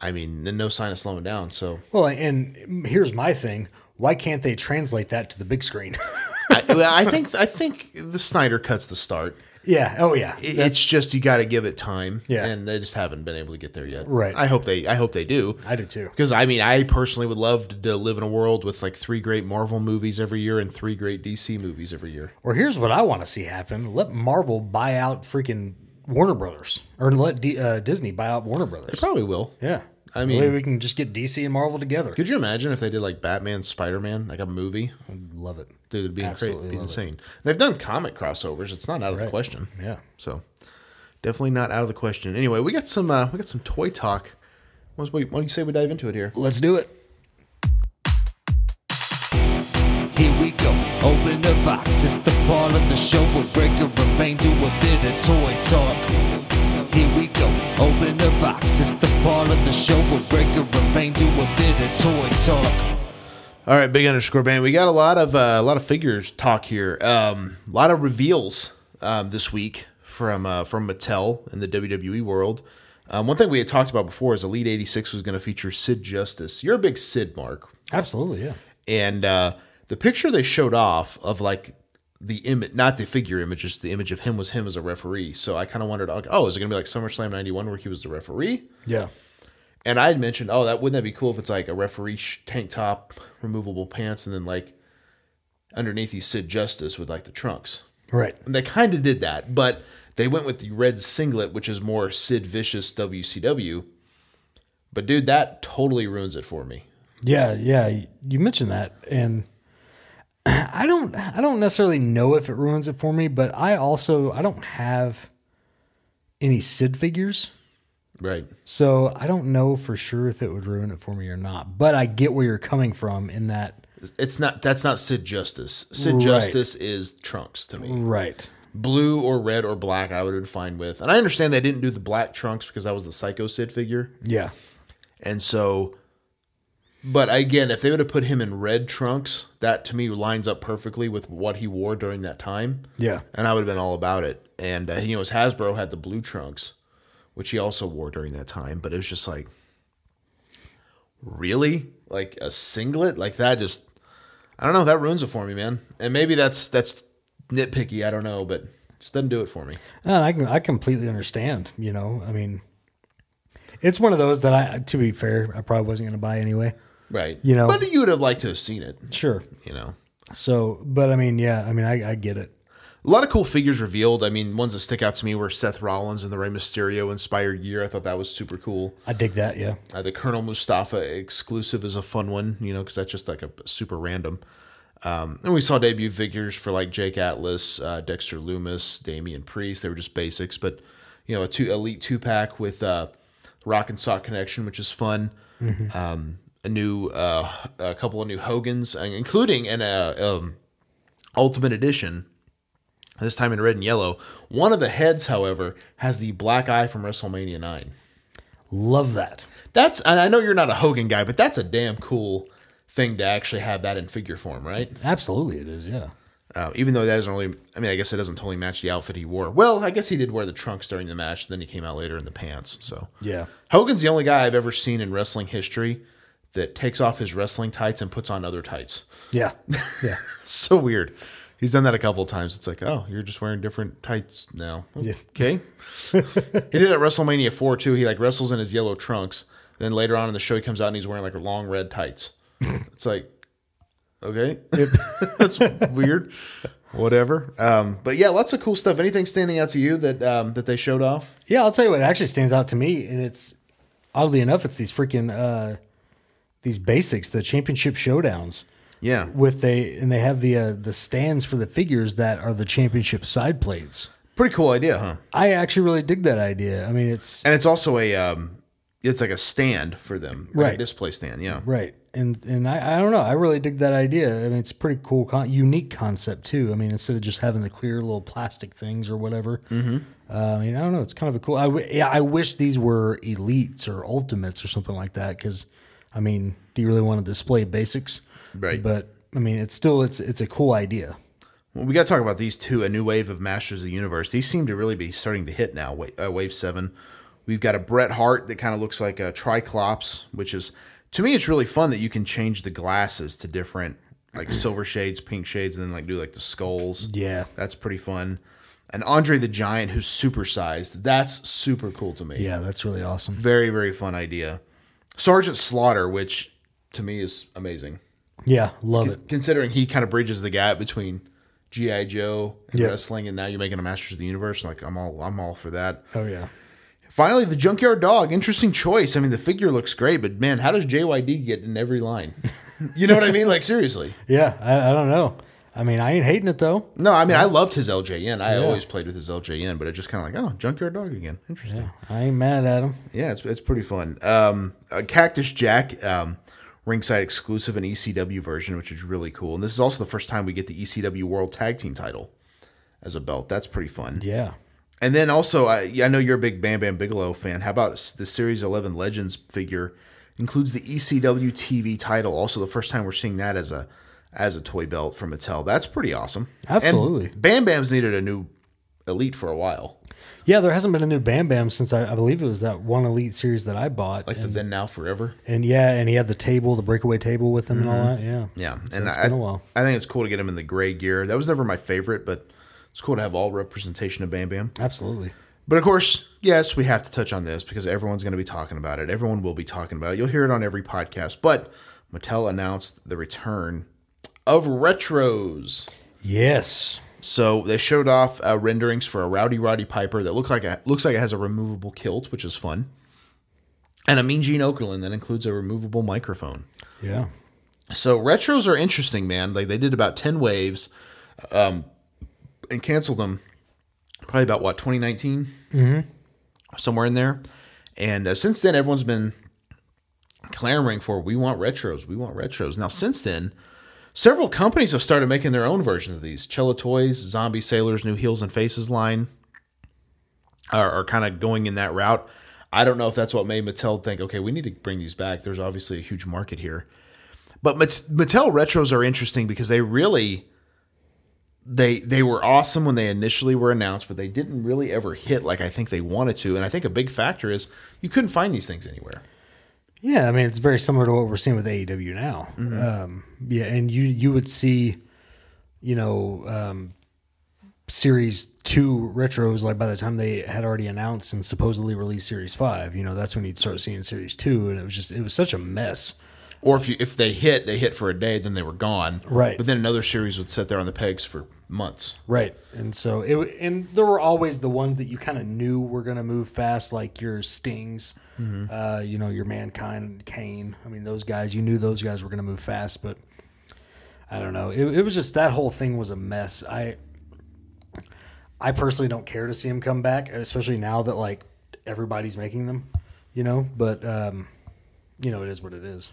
S2: I mean, n- no sign of slowing down. So
S3: Well, and here's my thing: why can't they translate that to the big screen? (laughs)
S2: I, (laughs) well, I think I think the Snyder cuts the start.
S3: yeah. Oh yeah.
S2: It- It's just you got to give it time,
S3: Yeah.
S2: and they just haven't been able to get there yet.
S3: Right.
S2: I hope they I hope they do.
S3: I do too.
S2: Because I mean, I personally would love to, to live in a world with like three great Marvel movies every year and three great DC movies every year.
S3: Or here's what I want to see happen: let Marvel buy out freaking Warner Brothers, or let D- uh, Disney buy out Warner Brothers.
S2: Probably will.
S3: Yeah.
S2: I
S3: Maybe
S2: mean,
S3: we can just get DC and Marvel together.
S2: could you imagine if they did like Batman, Spider Man, like a movie?
S3: Love it.
S2: Dude, it'd be, cra-
S3: Absolutely
S2: be
S3: love it.
S2: insane. They've done comic crossovers. It's not out of the question.
S3: Yeah.
S2: So definitely not out of the question. Anyway, we got some uh, we got some toy talk. What do you say we dive into it here?
S3: Let's do it.
S6: Here we go, open the box. It's the part of the show where Breaker and Bane do a bit of toy talk. Here we go, open the box. It's the part of the show where Breaker and Bane do a bit of toy talk.
S2: All right, big underscore band. We got a lot of uh, a lot of figures talk here. Um, a lot of reveals um, this week from uh, from Mattel in the WWE world. Um, one thing we had talked about before is Elite eighty six was going to feature Sid Justice. You're a big Sid Mark,
S3: Absolutely. Yeah.
S2: and uh, the picture they showed off of like the image, not the figure image, just the image of him was him as a referee. So I kind of wondered, like, oh, is it going to be like SummerSlam ninety one where he was the referee?
S3: Yeah.
S2: And I had mentioned, oh, that wouldn't that be cool if it's like a referee sh- tank top, removable pants, and then like underneath you Sid Justice with like the trunks.
S3: Right.
S2: And they kind of did that, but they went with the red singlet, which is more Sid Vicious WCW. But dude, that totally ruins it for me.
S3: Yeah, yeah. You mentioned that, and (clears throat) I don't, I don't necessarily know if it ruins it for me, but I also, I don't have any Sid figures,
S2: Right.
S3: so I don't know for sure if it would ruin it for me or not. But I get where you're coming from in that,
S2: It's not that's not Sid Justice. Sid
S3: Right.
S2: Justice is trunks to me.
S3: right?
S2: Blue or red or black, I would have been fine with. And I understand they didn't do the black trunks because that was the psycho Sid figure.
S3: Yeah,
S2: And so, but again, if they would have put him in red trunks, that to me lines up perfectly with what he wore during that time.
S3: yeah,
S2: And I would have been all about it. And, uh, you know, his Hasbro had the blue trunks, which he also wore during that time. But it was just like, really? Like a singlet? Like that just, I don't know. That ruins it for me, man. And maybe that's, that's nitpicky. I don't know, but just doesn't do it for me.
S3: and I can, I completely understand. You know, I mean, it's one of those that I, to be fair, I probably wasn't going to buy anyway.
S2: Right.
S3: You know-
S2: but you would have liked to have seen it,
S3: Sure.
S2: you know?
S3: So, but I mean, yeah, I mean, I, I get it.
S2: A lot of cool figures revealed. I mean, ones that stick out to me were Seth Rollins and the Rey Mysterio inspired gear. I thought that was super cool.
S3: I dig that. Yeah.
S2: Uh, the Colonel Mustafa exclusive is a fun one, you know, because that's just like a super random. Um, and we saw debut figures for like Jake Atlas, uh, Dexter Loomis, Damian Priest. They were just basics, but you know, a two elite two pack with uh, Rock and Sock connection, which is fun. Um, a new, uh, a couple of new Hogans, and including an uh, um, Ultimate Edition. This time in red and yellow. One of the heads, however, has the black eye from WrestleMania Nine.
S3: Love that.
S2: That's and I know you're not a Hogan guy, but that's a damn cool thing to actually have that in figure form, right?
S3: Absolutely, it is. Yeah.
S2: Uh, even though that doesn't really, I mean, I guess it doesn't totally match the outfit he wore. Well, I guess he did wear the trunks during the match, then he came out later in the pants. So
S3: Yeah.
S2: Hogan's the only guy I've ever seen in wrestling history that takes off his wrestling tights and puts on other tights.
S3: Yeah. (laughs) Yeah.
S2: so weird. He's done that a couple of times. It's like, oh, you're just wearing different tights now. Okay. he did it at WrestleMania 4 too. He like wrestles in his yellow trunks. Then later on in the show, he comes out and he's wearing like long red tights. it's like, okay. (laughs) That's weird. Whatever. Um, but yeah, lots of cool stuff. Anything standing out to you that um, that they showed off?
S3: yeah, I'll tell you what actually stands out to me, and it's oddly enough, it's these freaking uh these basics, the championship showdowns.
S2: Yeah.
S3: With they and they have the uh, the stands for the figures that are the championship side plates.
S2: Pretty cool idea, huh?
S3: I actually really dig that idea. I mean, it's
S2: And it's also a um, it's like a stand for them. like a
S3: Right.
S2: display stand, yeah.
S3: right, and and I, I don't know. I really dig that idea. I mean, it's a pretty cool, con- unique concept too. I mean, instead of just having the clear little plastic things or whatever, Uh, I mean, I don't know. It's kind of a cool. I w- yeah, I wish these were elites or ultimates or something like that. Because, I mean, do you really want to display basics?
S2: Right.
S3: But I mean, it's still it's it's a cool idea.
S2: Well, we got to talk about these two, a new wave of Masters of the Universe. These seem to really be starting to hit now. Wave, uh, wave seven, we've got a Bret Hart that kind of looks like a Triclops, which is to me, it's really fun that you can change the glasses to different
S3: (clears throat)
S2: like silver shades, pink shades, and then like do like the skulls.
S3: Yeah.
S2: that's pretty fun. And Andre the Giant, who's supersized, that's super cool to me.
S3: Yeah, that's really awesome.
S2: very very fun idea. Sergeant Slaughter, which to me is amazing
S3: Yeah, love it.
S2: considering he kind of bridges the gap between GI Joe and
S3: Yeah.
S2: wrestling, and now you're making a Masters of the Universe. Like I'm all I'm all for that.
S3: Oh yeah.
S2: Finally, the Junkyard Dog, interesting choice. I mean, the figure looks great, but man, how does JYD get in every line? (laughs) you know what I mean? Like seriously.
S3: Yeah, I, I don't know. I mean, I ain't hating it though.
S2: No, I mean I loved his LJN. I always played with his LJN, but it's just kind of like oh, Junkyard Dog again. Interesting.
S3: I ain't mad at him.
S2: Yeah, it's, it's pretty fun. Um, uh, Cactus Jack, um, ringside exclusive and ECW version, which is really cool. And this is also the first time we get the ECW World Tag Team title as a belt. That's pretty fun.
S3: Yeah.
S2: And then also, I, yeah, I know you're a big Bam Bam Bigelow fan. How about s- the Series 11 Legends figure? Includes the E ECW TV title. Also, the first time we're seeing that as a as a toy belt from Mattel. That's pretty awesome. And
S3: Absolutely.
S2: Bam Bam's needed a new elite for a while,
S3: Yeah, there hasn't been a new Bam Bam since I, I believe it was that one Elite series that I bought.
S2: like the
S3: and,
S2: then now forever.
S3: and yeah, and he had the table, the breakaway table with him and all that. Yeah.
S2: Mm-hmm. Yeah,
S3: So
S2: and
S3: it's
S2: I,
S3: been a while.
S2: I think it's cool to get him in the gray gear. That was never my favorite, but it's cool to have all representation of Bam Bam.
S3: Absolutely.
S2: But of course, yes, we have to touch on this because everyone's going to be talking about it. Everyone will be talking about it. You'll hear it on every podcast. But Mattel announced the return of retros.
S3: Yes.
S2: So they showed off uh, renderings for a Rowdy Roddy Piper that look like a, looks like it has a removable kilt, which is fun, and a Mean Gene Okerlund that includes a removable microphone.
S3: Yeah.
S2: So retros are interesting, man. Like they did about ten waves, um, and canceled them. Probably about what 2019, mm-hmm. somewhere in there. And uh, since then, everyone's been clamoring for we want retros, we want retros. Now since then, several companies have started making their own versions of these. Cello Toys, Zombie Sailors, New Heels and Faces line are, are kind of going in that route. I don't know if that's what made Mattel think, okay, we need to bring these back. There's obviously a huge market here. But Mat- Mattel retros are interesting because they really they they were awesome when they initially were announced, but they didn't really ever hit like I think they wanted to. And I think a big factor is you couldn't find these things anywhere.
S3: Yeah, I mean it's very similar to what we're seeing with AEW now.
S2: Mm-hmm.
S3: Um, yeah, and you you would see, you know, um, series two retros like by the time they had already announced and supposedly released series five. You know, that's when you'd start seeing series two, and it was just it was such a mess.
S2: Or if you, if they hit, they hit for a day, then they were gone.
S3: Right.
S2: But then another series would sit there on the pegs for months.
S3: Right, and so it w- and there were always the ones that you kind of knew were going to move fast, like your Stings, uh, you know, your Mankind, Kane. I mean, those guys, you knew those guys were going to move fast, but I don't know. It, it was just that whole thing was a mess. I I personally don't care to see him come back, especially now that like everybody's making them, you know. But um, you know, it is what it is.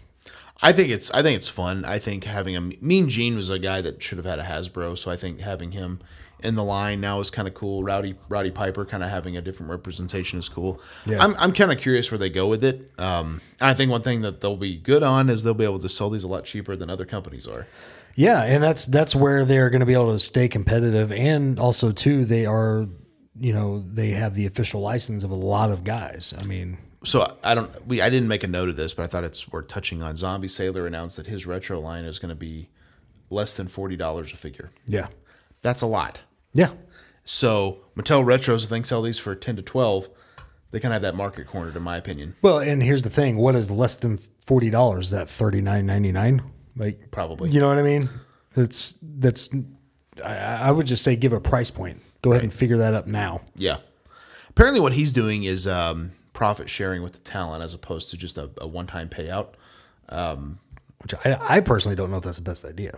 S2: I think it's I think it's fun. I think having a Mean Gene was a guy that should have had a Hasbro, so I think having him in the line now is kind of cool. Rowdy Rowdy Piper kind of having a different representation is cool. I'm I'm kind of curious where they go with it. Um, I think one thing that they'll be good on is they'll be able to sell these a lot cheaper than other companies are.
S3: Yeah, and that's that's where they're going to be able to stay competitive, and also too, they are, you know, they have the official license of a lot of guys. I mean,
S2: So I don't we I didn't make a note of this, but I thought it's worth touching on. Zombie Sailor announced that his retro line is going to be less than forty dollars a figure.
S3: yeah,
S2: That's a lot.
S3: yeah,
S2: So Mattel retros, if they can sell these for ten to twelve, they kind of have that market cornered, in my opinion.
S3: Well, and here's the thing: what is less than forty dollars? That thirty nine ninety nine, like
S2: Probably.
S3: You know what I mean? It's that's. I, I would just say give a price point. Go ahead and figure that up now.
S2: Yeah. Apparently, what he's doing is um, profit sharing with the talent as opposed to just a, a one time payout.
S3: Which I, I personally don't know if that's the best idea.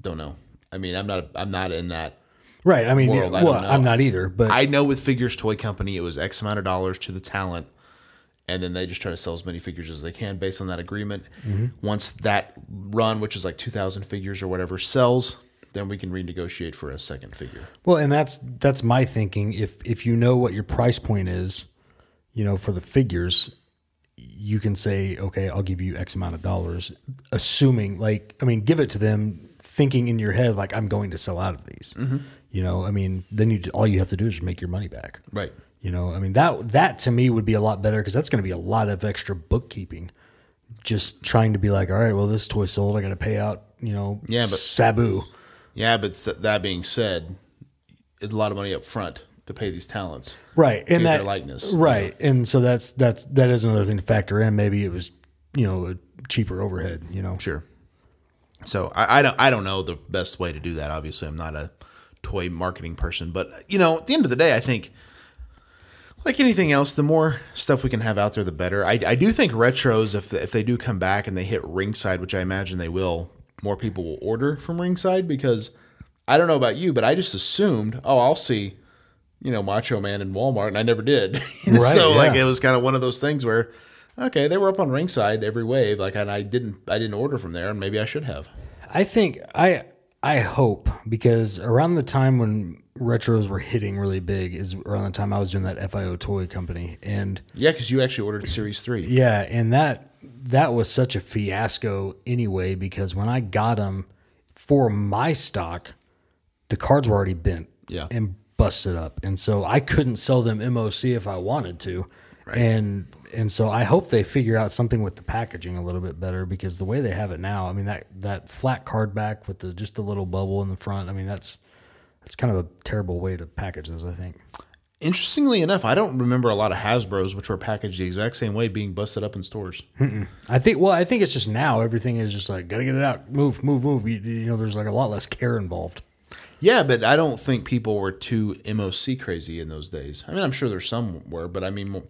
S2: Don't know. I mean, I'm not. I'm not in that.
S3: Right? I mean,
S2: World, I
S3: well,
S2: don't know.
S3: I'm not either, but
S2: I know with Figures Toy Company, it was X amount of dollars to the talent, and then they just try to sell as many figures as they can based on that agreement. Once that run, which is like two thousand figures or whatever, sells, then we can renegotiate for a second figure.
S3: Well, and that's that's my thinking. If if you know what your price point is, you know, for the figures, you can say, okay, I'll give you X amount of dollars, assuming, like, I mean, give it to them, thinking in your head, like, I'm going to sell out of these.
S2: Mm-hmm.
S3: You know, I mean, then you all you have to do is just make your money back.
S2: Right.
S3: You know, I mean that that to me would be a lot better because that's going to be a lot of extra bookkeeping. Just trying to be like, all right, well, this toy sold, I got to pay out. You know,
S2: Yeah, but-
S3: Sabu.
S2: Yeah, but s- that being said, it's a lot of money up front to pay these talents.
S3: right
S2: to
S3: and
S2: get
S3: that
S2: their likeness, you
S3: right and so that's that's that is another thing to factor in maybe it was you know a cheaper overhead you know
S2: Sure. So I, I don't I don't know the best way to do that. Obviously, I'm not a toy marketing person, but uh, you know, at the end of the day, I think like anything else, the more stuff we can have out there, the better. I, I do think retros, if if they do come back and they hit ringside, which I imagine they will, more people will order from ringside because I don't know about you, but I just assumed, oh, I'll see, you know, Macho Man in Walmart, and I never did. (laughs) so
S3: yeah.
S2: like it was kind of one of those things where, okay, they were up on ringside every wave, like, and I didn't, I didn't order from there, and maybe I should have.
S3: i think i i hope because around the time when retros were hitting really big is around the time i was doing that fio toy company and
S2: Yeah, because you actually ordered Series Three.
S3: Yeah, and that that was such a fiasco anyway because when I got them for my stock, the cards were already bent
S2: Yeah.
S3: and busted up, and so I couldn't sell them MOC if I wanted to, and and so I hope they figure out something with the packaging a little bit better because the way they have it now, I mean that that flat card back with the just the little bubble in the front, I mean that's that's kind of a terrible way to package those. I think.
S2: Interestingly enough, I don't remember a lot of Hasbro's, which were packaged the exact same way, being busted up in stores.
S3: I think. Well, I think it's just now everything is just like gotta get it out, move, move, move. You, you know, there's like a lot less care involved.
S2: (laughs) Yeah, but I don't think people were too MOC crazy in those days. I mean, I'm sure there's some were, but I mean,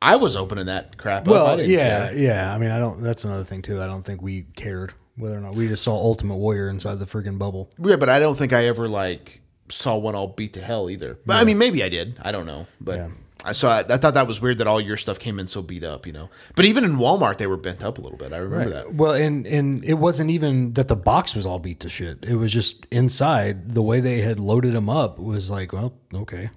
S2: I was opening that crap up. I
S3: Well,
S2: didn't
S3: yeah,
S2: care.
S3: yeah. I mean, I don't. That's another thing too. I don't think we cared whether or not we just saw Ultimate Warrior inside the freaking bubble.
S2: yeah, but I don't think I ever like saw one all beat to hell either. But I mean, maybe I did. I don't know, but. I saw. I thought that was weird that all your stuff came in so beat up, you know. But even in Walmart, they were bent up a little bit. I remember that.
S3: Well, and and it wasn't even that the box was all beat to shit. It was just inside the way they had loaded them up was like, well, okay,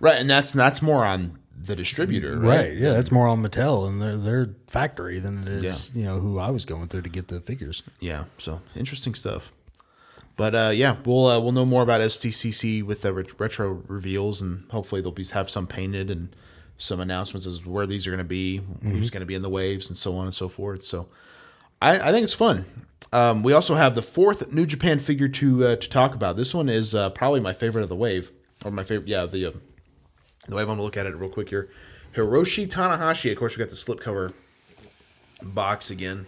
S2: Right, and that's that's more on the distributor,
S3: right,
S2: right?
S3: yeah. That's more on Mattel and their their factory than it is, you know, who I was going through to get the figures.
S2: Yeah, so interesting stuff. But uh, yeah, we'll uh, we'll know more about STCC with the ret- retro reveals, and hopefully they'll be have some painted and some announcements as where these are going to be, who's going to be in the waves, and so on and so forth. So I, I think it's fun. Um, we also have the fourth New Japan figure to uh, to talk about. This one is uh, probably my favorite of the wave, or my favorite. Yeah, the uh, the wave. I'm gonna look at it real quick here. Hiroshi Tanahashi. Of course, we got the slipcover box again.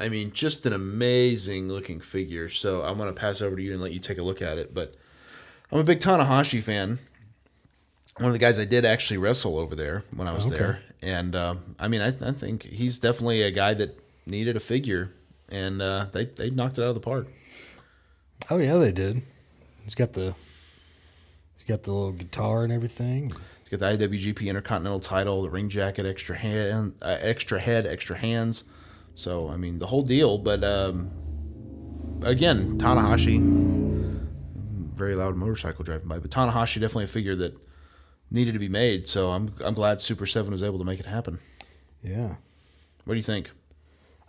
S2: I mean, just an amazing looking figure. So I'm going to pass over to you and let you take a look at it. But I'm a big Tanahashi fan. One of the guys I did actually wrestle over there when I was there. And uh, I mean, I, I think he's definitely a guy that needed a figure. And uh, they, they knocked it out of the park.
S3: Oh yeah, they did. He's got the he's got the little guitar and everything.
S2: You got the IWGP Intercontinental title, the ring jacket, extra hand, uh, extra head, extra hands. So I mean the whole deal. But um, again, Tanahashi, very loud motorcycle driving by. But Tanahashi definitely a figure that needed to be made. So I'm I'm glad Super Seven was able to make it happen.
S3: Yeah,
S2: What do you think?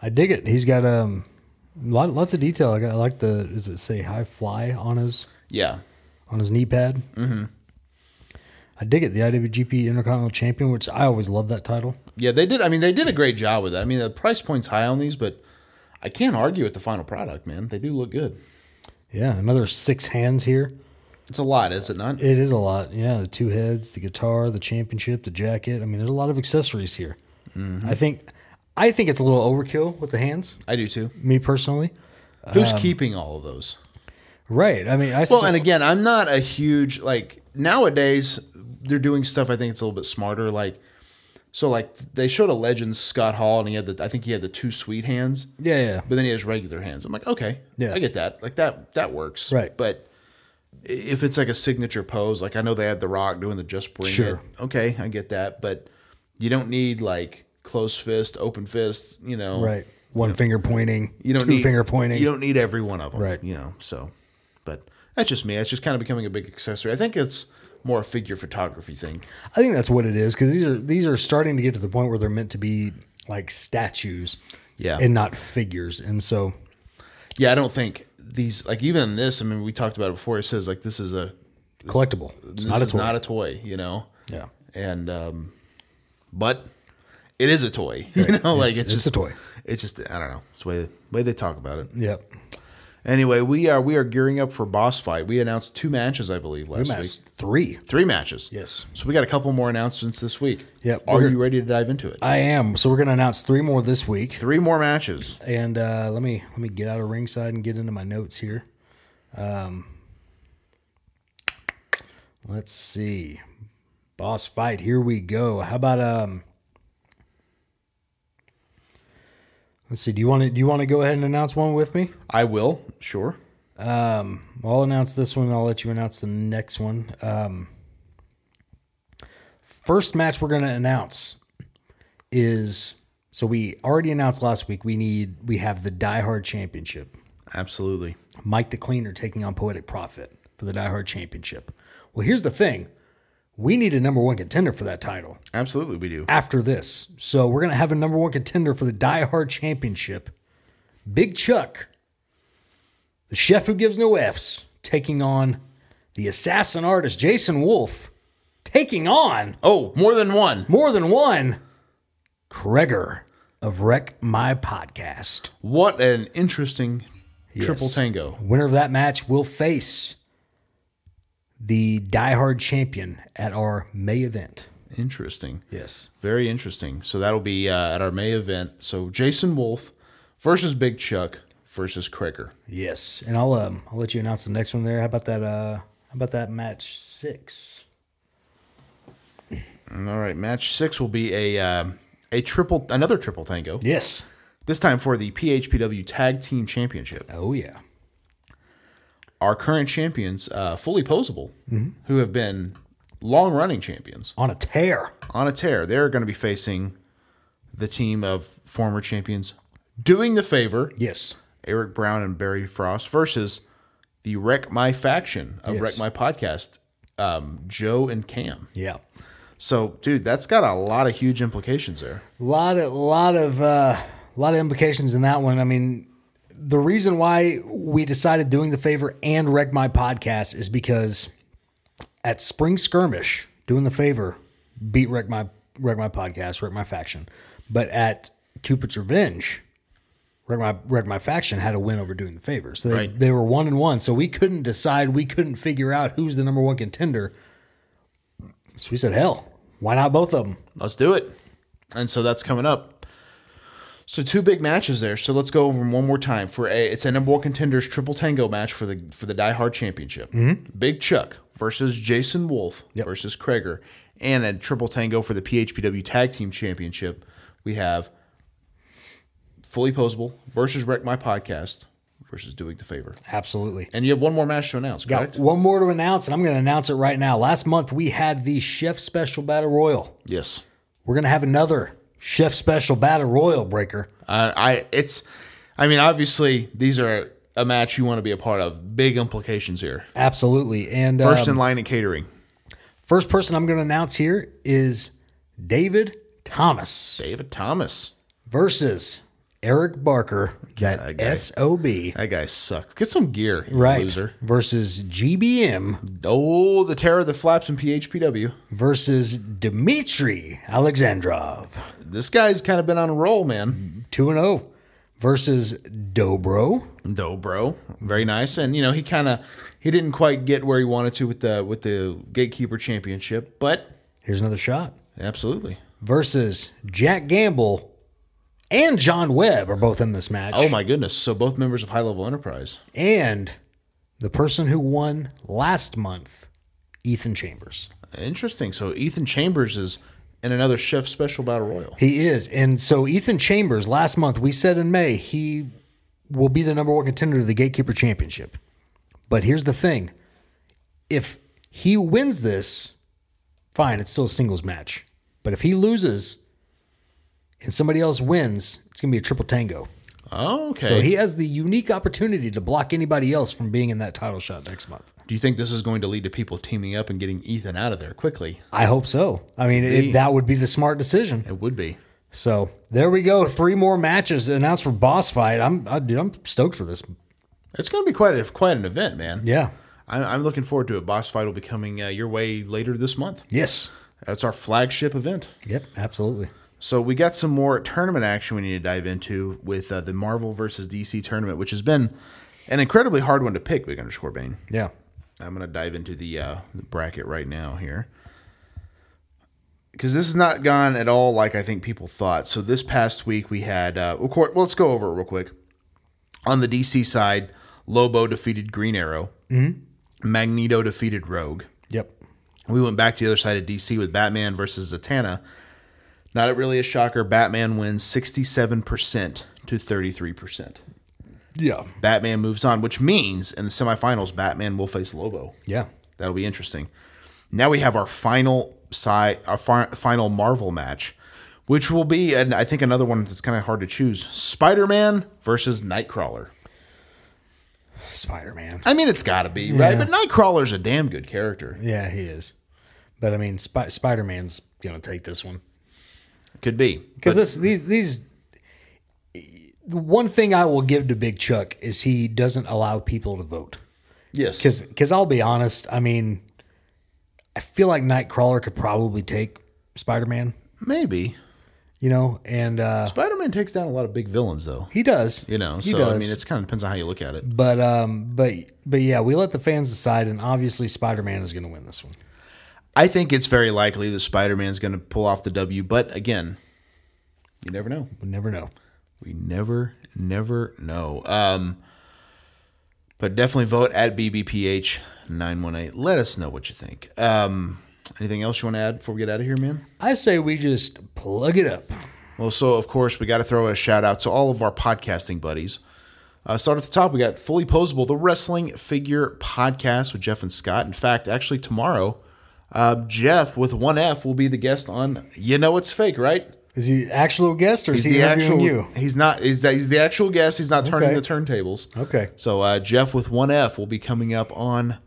S3: I dig it. He's got um lot, lots of detail. I, got, I like the does it say high fly on his
S2: Yeah,
S3: on his knee pad. Mm-hmm. I dig it. The IWGP Intercontinental Champion, which I always love that title.
S2: yeah, they did. I mean, they did a great job with that. I mean, the price point's high on these, but I can't argue with the final product, man. They do look good.
S3: Yeah, another six hands here.
S2: It's a lot, is it not?
S3: It is a lot. Yeah, the two heads, the guitar, the championship, the jacket. I mean, there's a lot of accessories here. I think I think it's a little overkill with the hands.
S2: I do too.
S3: Me personally.
S2: Who's keeping all of those?
S3: Right. I mean, I
S2: Well,
S3: saw-
S2: and again, I'm not a huge like nowadays they're doing stuff I think it's a little bit smarter like so like they showed a legend Scott Hall and he had the I think he had the two sweet hands
S3: yeah, yeah.
S2: but then he has regular hands. I'm like, okay,
S3: Yeah.
S2: I get that. Like that that works.
S3: Right.
S2: But if it's like a signature pose, like I know they had The Rock doing the just bring
S3: Sure.
S2: it. Okay, I get that, but you don't need like closed fist, open fist, you know.
S3: Right. One finger pointing.
S2: You don't
S3: two
S2: need
S3: finger pointing.
S2: You don't need every one of them,
S3: Right.
S2: You know, so. But that's just me. It's just kind of becoming a big accessory. I think it's more a figure photography thing.
S3: I think that's what it is because these are these are starting to get to the point where they're meant to be like statues,
S2: Yeah.
S3: and not figures. And so,
S2: Yeah, I don't think these like even this. I mean, we talked about it before. It says like this is a this-
S3: Collectible.
S2: This
S3: It's not a
S2: is
S3: toy.
S2: not a toy. You know.
S3: yeah,
S2: And um, but it is a toy. (laughs) You know, like it's,
S3: it's
S2: just
S3: a toy.
S2: It's just I don't know. It's the way way they talk about it.
S3: yep.
S2: Anyway, we are we are gearing up for boss fight. We announced two matches, I believe, last
S3: Match
S2: week.
S3: three.
S2: Three matches.
S3: Yes.
S2: So we got a couple more announcements this week.
S3: Yep.
S2: Are
S3: We're-
S2: you ready to dive into it?
S3: I am. So we're gonna announce three more this week.
S2: Three more matches.
S3: And uh, let me let me get out of ringside and get into my notes here. Um, let's see, boss fight. Here we go. How about um? Let's see. Do you want to do you want to go ahead and announce one with me?
S2: I will. Sure.
S3: I'll announce this one. and I'll let you announce the next one. Um, first match we're going to announce is so we already announced last week. We need we have the Die Hard Championship.
S2: Absolutely.
S3: Mike the Cleaner taking on Poetic Profit for the Die Hard Championship. Well, here's the thing: we need a number one contender for that title
S2: Absolutely, we do.
S3: after this. So we're going to have a number one contender for the Die Hard Championship. Big Chuck, the chef who gives no F's, taking on the assassin artist Jason Wolf, taking on
S2: Oh, more than one.
S3: more than one Kreger of Wreck My Podcast.
S2: What an interesting triple
S3: Yes.
S2: tango.
S3: Winner of that match will face the Die Hard champion at our May event.
S2: Interesting.
S3: Yes.
S2: Very interesting. So that'll be uh, at our May event. So Jason Wolf versus Big Chuck versus Cracker.
S3: Yes, and I'll um, I'll let you announce the next one there. How about that? Uh, how about that match six?
S2: All right, match six will be a um, a triple, another triple tango.
S3: Yes.
S2: This time for the PHPW Tag Team Championship.
S3: Oh yeah.
S2: Our current champions, uh, fully posable, who have been long running champions
S3: On a tear.
S2: on a tear. They're going to be facing the team of former champions, doing the favor.
S3: Yes.
S2: Eric Brown and Barry Frost versus the Wreck My faction of
S3: Yes.
S2: Wreck My Podcast, um, Joe and Cam.
S3: Yeah.
S2: So, dude, that's got a lot of huge implications there.
S3: lot of lot of uh, lot of implications in that one. I mean, the reason why we decided doing the favor and wreck my podcast is because at Spring Skirmish, doing the favor beat wreck my wreck my podcast, wreck my faction. But at Cupid's Revenge, wreck my wreck my faction had a win over doing the favor. So they,
S2: Right.
S3: they were one and one. So we couldn't decide. We couldn't figure out who's the number one contender. So we said, hell, why not both of them?
S2: Let's do it. And so that's coming up. So two big matches there. So let's go over 'em one more time for a it's a number one contenders triple tango match for the for the Die Hard Championship. Big Chuck versus Jason Wolf versus Kreger, and a triple tango for the PHPW Tag Team Championship. We have fully posable versus Wreck My Podcast versus Doing the Favor,
S3: Absolutely.
S2: and you have one more match to announce.
S3: Got
S2: Correct?
S3: one more to announce, and I'm going to announce it right now. Last month we had the Chef Special Battle Royal.
S2: Yes.
S3: We're going to have another Chef Special Battle Royal breaker.
S2: Uh, I it's, I mean, obviously these are a match you want to be a part of. Big implications here.
S3: Absolutely. And um,
S2: First
S3: first,
S2: in line at catering,
S3: person I'm going to announce here is David Thomas
S2: David Thomas.
S3: versus Eric Barker, that
S2: guy.
S3: SOB.
S2: That guy sucks. Get some gear, you
S3: Right.
S2: loser.
S3: Versus GBM
S2: Oh, the terror of the flaps in PHPW.
S3: versus Dmitry Alexandrov.
S2: This guy's kind of been on a roll, man.
S3: 2 and 0 versus Dobro.
S2: No, bro, very nice. And you know, he kind of he didn't quite get where he wanted to with the with the gatekeeper championship, but
S3: Here's another shot.
S2: absolutely.
S3: versus Jack Gamble and John Webb are both in this match.
S2: Oh my goodness! So both members of High Level Enterprise.
S3: And the person who won last month, Ethan Chambers.
S2: Interesting. So Ethan Chambers is in another chef special battle royal.
S3: He is. And so Ethan Chambers last month, we said in May, he will be the number one contender to the Gatekeeper Championship. But here's the thing. If he wins this, fine, it's still a singles match. But if he loses and somebody else wins, it's going to be a triple tango.
S2: Oh, okay.
S3: So he has the unique opportunity to block anybody else from being in that title shot next month.
S2: Do you think this is going to lead to people teaming up and getting Ethan out of there quickly?
S3: I hope so. I mean, it, that would be the smart decision.
S2: It would be.
S3: So there we go. Three more matches announced for boss fight. I'm, I, dude, I'm stoked for this.
S2: It's going to be quite a, quite an event, man.
S3: Yeah.
S2: I'm, I'm looking forward to it. Boss fight will be coming uh, your way later this month.
S3: Yes.
S2: That's our flagship event.
S3: Yep. Absolutely.
S2: So we got some more tournament action we need to dive into with uh, the Marvel versus DC tournament, which has been an incredibly hard one to pick. Big underscore Bane.
S3: Yeah.
S2: I'm gonna dive into the, uh, the bracket right now here because this has not gone at all like I think people thought. So this past week we had. Uh, of course, well, let's go over it real quick. On the DC side, Lobo defeated Green Arrow. Magneto defeated Rogue.
S3: Yep.
S2: We went back to the other side of DC with Batman versus Zatanna. Not really a shocker. Batman wins 67% to 33%.
S3: Yeah.
S2: Batman moves on, which means in the semifinals, Batman will face Lobo.
S3: Yeah.
S2: That'll be interesting. Now we have our final side, our fi- final Marvel match, which will be, and I think another one that's kind of hard to choose: Spider-Man versus Nightcrawler.
S3: Spider Man.
S2: I mean, it's got to be right, but Nightcrawler's a damn good character.
S3: Yeah, he is. But I mean, Sp- Spider Man's gonna take this one.
S2: Could be
S3: Because this these, these the one thing I will give to Big Chuck is he doesn't allow people to vote.
S2: yes,
S3: Because because I'll be honest, I mean, I feel like Nightcrawler could probably take Spider Man,
S2: maybe
S3: you know, and uh,
S2: Spider-Man takes down a lot of big villains, though.
S3: he does,
S2: You know,
S3: he
S2: so I
S3: does.
S2: mean, it's kind of depends on how you look at it.
S3: but um, but but yeah, we let the fans decide, and obviously Spider Man is gonna win this one.
S2: I think it's very likely that Spider-Man's going to pull off the W, but again, you never know.
S3: We never know.
S2: We never, never know. Um, but definitely vote at BBPH nine one eight. Let us know what you think. Um, anything else you want to add before we get out of here, man?
S3: I say we just plug it up.
S2: Well, so of course we got to throw a shout out to all of our podcasting buddies. Uh, start at the top. We got fully posable, the wrestling figure podcast with Jeff and Scott. In fact, actually tomorrow, uh, Jeff with one F will be the guest on. You know it's fake, right?
S3: Is he actual guest or is
S2: He's
S3: he
S2: the
S3: interviewing
S2: actual.
S3: you?
S2: He's not. He's, he's the actual guest. He's not turning
S3: Okay.
S2: the turntables.
S3: Okay.
S2: So uh, Jeff with one F will be coming up on,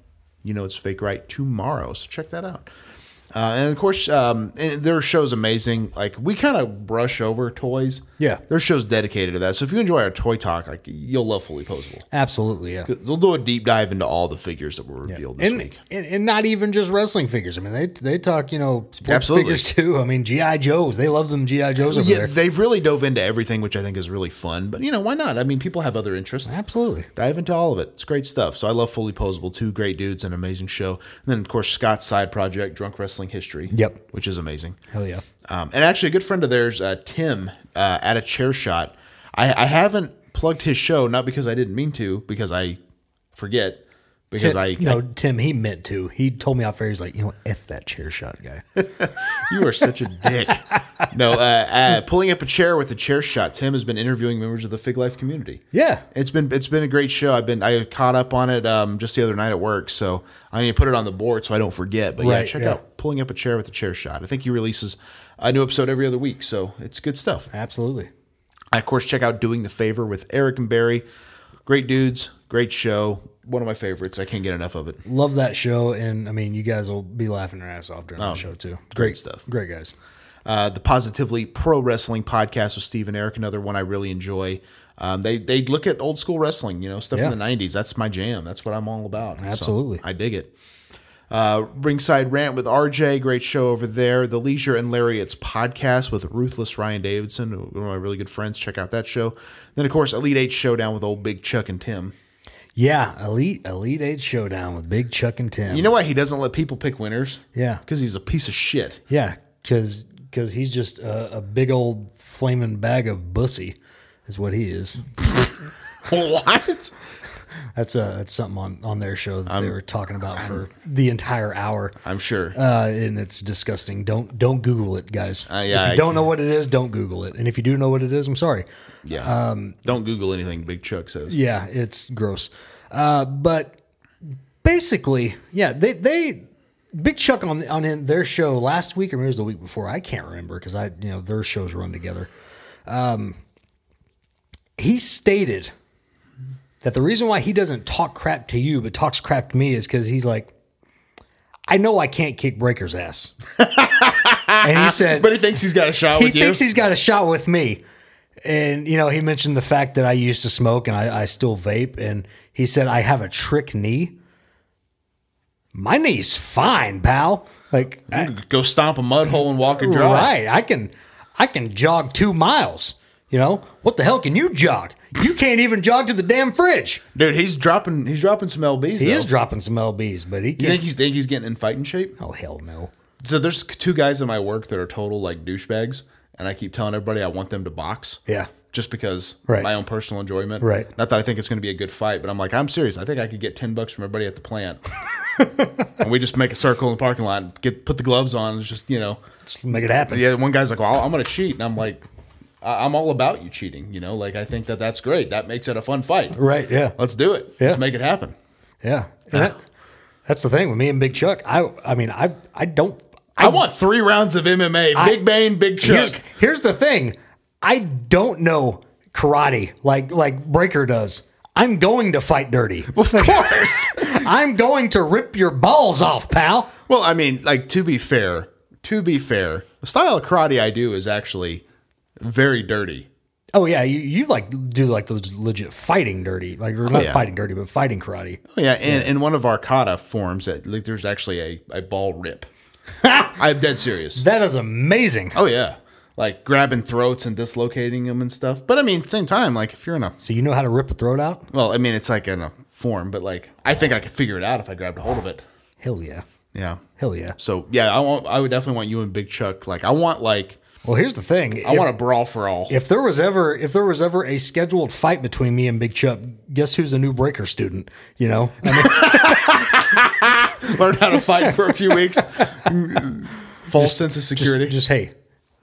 S2: you know, it's fake right tomorrow. So check that out. Uh, and of course, um, and their show's amazing. Like we kind of brush over toys.
S3: Yeah.
S2: their show's dedicated to that. So if you enjoy our toy talk, like you'll love fully posable.
S3: Absolutely, yeah.
S2: They'll do a deep dive into all the figures that were revealed this
S3: and,
S2: week.
S3: And, and not even just wrestling figures. I mean, they they talk, you know, sports
S2: Absolutely.
S3: figures (laughs) too. I mean, GI Joes. They love them GI Joes over
S2: Yeah,
S3: there.
S2: they've really dove into everything, which I think is really fun. But you know, why not? I mean, people have other interests.
S3: Absolutely.
S2: dive into all of it. It's great stuff. So I love Fully Posable. Two great dudes, an amazing show. And then, of course, Scott's side project, Drunk Wrestling History.
S3: Yep.
S2: Which is amazing.
S3: Hell yeah.
S2: Um, and actually, a good friend of theirs, uh, Tim, uh, at a chair shot. I, I haven't plugged his show, not because I didn't mean to, because I forget. Because I,
S3: no, Tim, he meant to. He told me off air. He's like, you know, what? f that chair shot
S2: (laughs)
S3: guy.
S2: You are such a dick. No, uh, uh, pulling up a chair with a chair shot. Tim has been interviewing members of the Fig Life community.
S3: Yeah.
S2: it's been it's been a great show. I've been I caught up on it um, just the other night at work, so I need to put it on the board so I don't forget. But yeah,
S3: Right,
S2: check
S3: yeah.
S2: out pulling up a chair with a chair shot. I think he releases a new episode every other week, so it's good stuff.
S3: Absolutely.
S2: I, of course, check out doing the favor with Eric and Barry. Great dudes, great show. One of my favorites. I can't get enough of it.
S3: Love that show. And I mean, you guys will be laughing your ass off during the show too.
S2: Oh, great stuff.
S3: Great guys.
S2: Uh, the Positively Pro Wrestling podcast with Steve and Eric, another one I really enjoy. Um, they they look at old school wrestling, you know, stuff
S3: Yeah.
S2: in the '90s. That's my jam. That's what I'm all about. So
S3: Absolutely.
S2: I dig it. Uh, Ringside Rant with RJ, great show over there. The Leisure and Lariats podcast with Ruthless Ryan Davidson, one of my really good friends. Check out that show. Then of course Elite Eight Showdown with old Big Chuck and Tim.
S3: Yeah. Elite Elite Eight Showdown with Big Chuck and Tim.
S2: You know why he doesn't let people pick winners?
S3: Yeah.
S2: because he's a piece of
S3: (laughs)
S2: shit.
S3: Yeah, because he's just a, a big old flaming bag of bussy, is what he is.
S2: what?
S3: That's a that's something on on their show that they were talking about for the entire hour,
S2: I'm sure.
S3: uh, and it's disgusting. Don't don't Google it, guys.
S2: Uh, yeah,
S3: if
S2: I-
S3: you don't know what it is, don't Google it, and if you do know what it is, I'm sorry.
S2: yeah.
S3: um,
S2: Don't Google anything Big Chuck says.
S3: Yeah, it's gross. Uh, but basically, yeah, they they Big Chuck on on in their show last week or maybe it was the week before. I can't remember because I you know their shows run together. Um, he stated that the reason why he doesn't talk crap to you but talks crap to me is because he's like, I know I can't kick Breaker's ass. (laughs) and he said,
S2: But he thinks he's got a shot
S3: he
S2: with you.
S3: thinks he's got a shot with me. And you know, he mentioned the fact that I used to smoke and I, I still vape, and he said I have a trick knee. My knee's fine, pal. Like I,
S2: Go stomp a mud hole and walk a dry.
S3: right, I can, I can jog two miles. You know what the hell can you jog? You can't even jog to the damn fridge.
S2: Dude, he's dropping he's dropping some LBs.
S3: He
S2: though.
S3: is dropping some lbs, but he
S2: You
S3: can't.
S2: think he's think he's getting in fighting shape?
S3: (laughs) Oh hell no!
S2: So there's two guys in my work that are total like douchebags, and I keep telling everybody I want them to box.
S3: Yeah.
S2: Just because
S3: Right.
S2: my own personal enjoyment.
S3: Right.
S2: Not that I think it's going to be a good fight, but I'm like, I'm serious. I think I could get ten bucks from everybody at the
S3: (laughs)
S2: plant. and we just make a circle in the parking lot, and get put the gloves on, and it's just you know,
S3: Just make it happen.
S2: yeah. One guy's like, well, I'm going to cheat, and I'm like, I- I'm all about you cheating. You know, like I think that that's great. That makes it a fun fight.
S3: Right? Yeah.
S2: Let's do it.
S3: Yeah.
S2: Let's make it happen. (laughs)
S3: Yeah. And that- that's the thing with me and Big Chuck. I I mean I I don't
S2: I, want three rounds of MMA. Big Bane, Big Chuck.
S3: Here's, here's the thing. I don't know karate like like Breaker does. I'm going to
S2: (laughs)
S3: fight dirty. Of course. (laughs) I'm going to rip your balls off, pal.
S2: Well, I mean, like to be fair, to be fair, the style of karate I do is actually very dirty.
S3: Oh yeah, you, you like do like the legit fighting dirty. Like or not
S2: Oh, yeah.
S3: fighting dirty, but fighting karate.
S2: Oh yeah, and in one of our kata forms, that like, there's actually a, a ball
S3: (laughs)
S2: rip. I'm dead serious.
S3: That is amazing.
S2: Oh yeah, like grabbing throats and dislocating them and stuff. But I mean, same time, like if you're in a
S3: So you know how to rip a throat out?
S2: well, I mean, it's like in a form, but like I think I could figure it out if I grabbed a hold of it.
S3: Hell yeah.
S2: Yeah.
S3: Hell yeah.
S2: So yeah, I want. I would definitely want you and Big Chuck. Like I want like
S3: Well, here's the thing.
S2: I want a brawl for all.
S3: If there was ever if there was ever a scheduled fight between me and Big Chuck, guess who's a new breaker student? You know, I
S2: (laughs)
S3: mean,
S2: Learn how to fight for a few (laughs) weeks. False sense of security.
S3: just, just hey,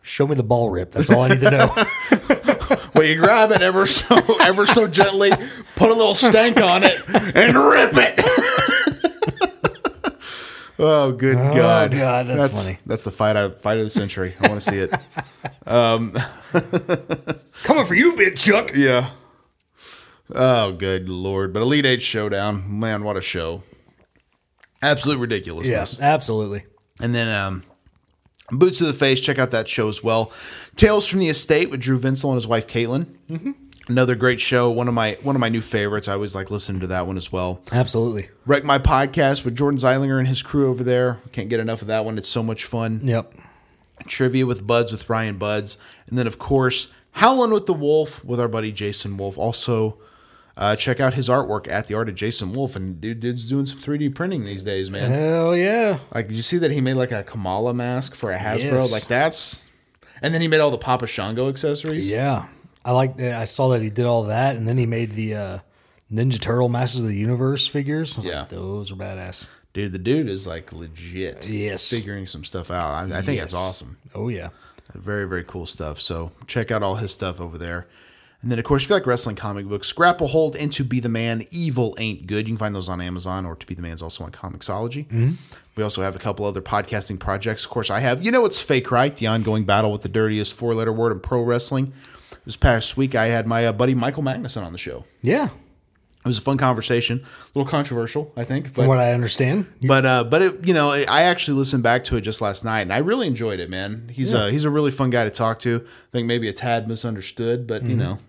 S3: show me the ball rip. That's all I need to (laughs) know.
S2: Well, you grab it ever so (laughs) ever so gently, put a little stank on it, and rip it. (laughs) oh, good God!
S3: God, that's funny.
S2: That's the fight I, fight of the century. I want to see it.
S3: Coming for you, Big Chuck.
S2: yeah. Oh, good Lord! But Elite Eight Showdown, man, what a show! Absolute ridiculousness.
S3: Yes, absolutely.
S2: And then um, Boots to the Face, check out that show as well. Tales from the Estate with Drew Vinsel and his wife Caitlin. Another great show. One of my one of my new favorites. I always like listening to that one as well.
S3: Absolutely.
S2: Wreck My Podcast with Jordan Zeilinger and his crew over there. Can't get enough of that one. It's so much fun.
S3: Yep.
S2: Trivia with Buds with Ryan Buds. And then, of course, Howlin' with the Wolf with our buddy Jason Wolf. Also, uh, check out his artwork at the art of Jason Wolf. And dude, dude's doing some 3D printing these days, man.
S3: Hell yeah.
S2: Like, did you see that he made like a Kamala mask for a Hasbro?
S3: Yes.
S2: Like that's, and then he made all the Papa Shango accessories.
S3: Yeah. I like. I saw that he did all that, and then he made the uh, Ninja Turtle Masters of the Universe figures. I was like,
S2: Yeah.
S3: those are badass.
S2: dude, the dude is like legit.
S3: Yes.
S2: figuring some stuff out. I, I think that's
S3: Yes.
S2: awesome.
S3: Oh yeah.
S2: Very very cool stuff. So check out all his stuff over there. And then of course, if you like wrestling comic books, Grapple Hold and To Be the Man, Evil Ain't Good. You can find those on Amazon or To Be the Man's also on Comixology.
S3: Mm-hmm.
S2: We also have a couple other podcasting projects. Of course, I have you know it's fake right, the ongoing battle with the dirtiest four letter word in pro wrestling. This past week, I had my uh, buddy Michael Magnuson on the show.
S3: Yeah.
S2: It was a fun conversation, a little controversial, I think.
S3: From
S2: But
S3: what I understand,
S2: but uh, but it, you know, I actually listened back to it just last night, and I really enjoyed it, man. He's a he's a really fun guy to talk to. I think maybe a tad misunderstood, but you know,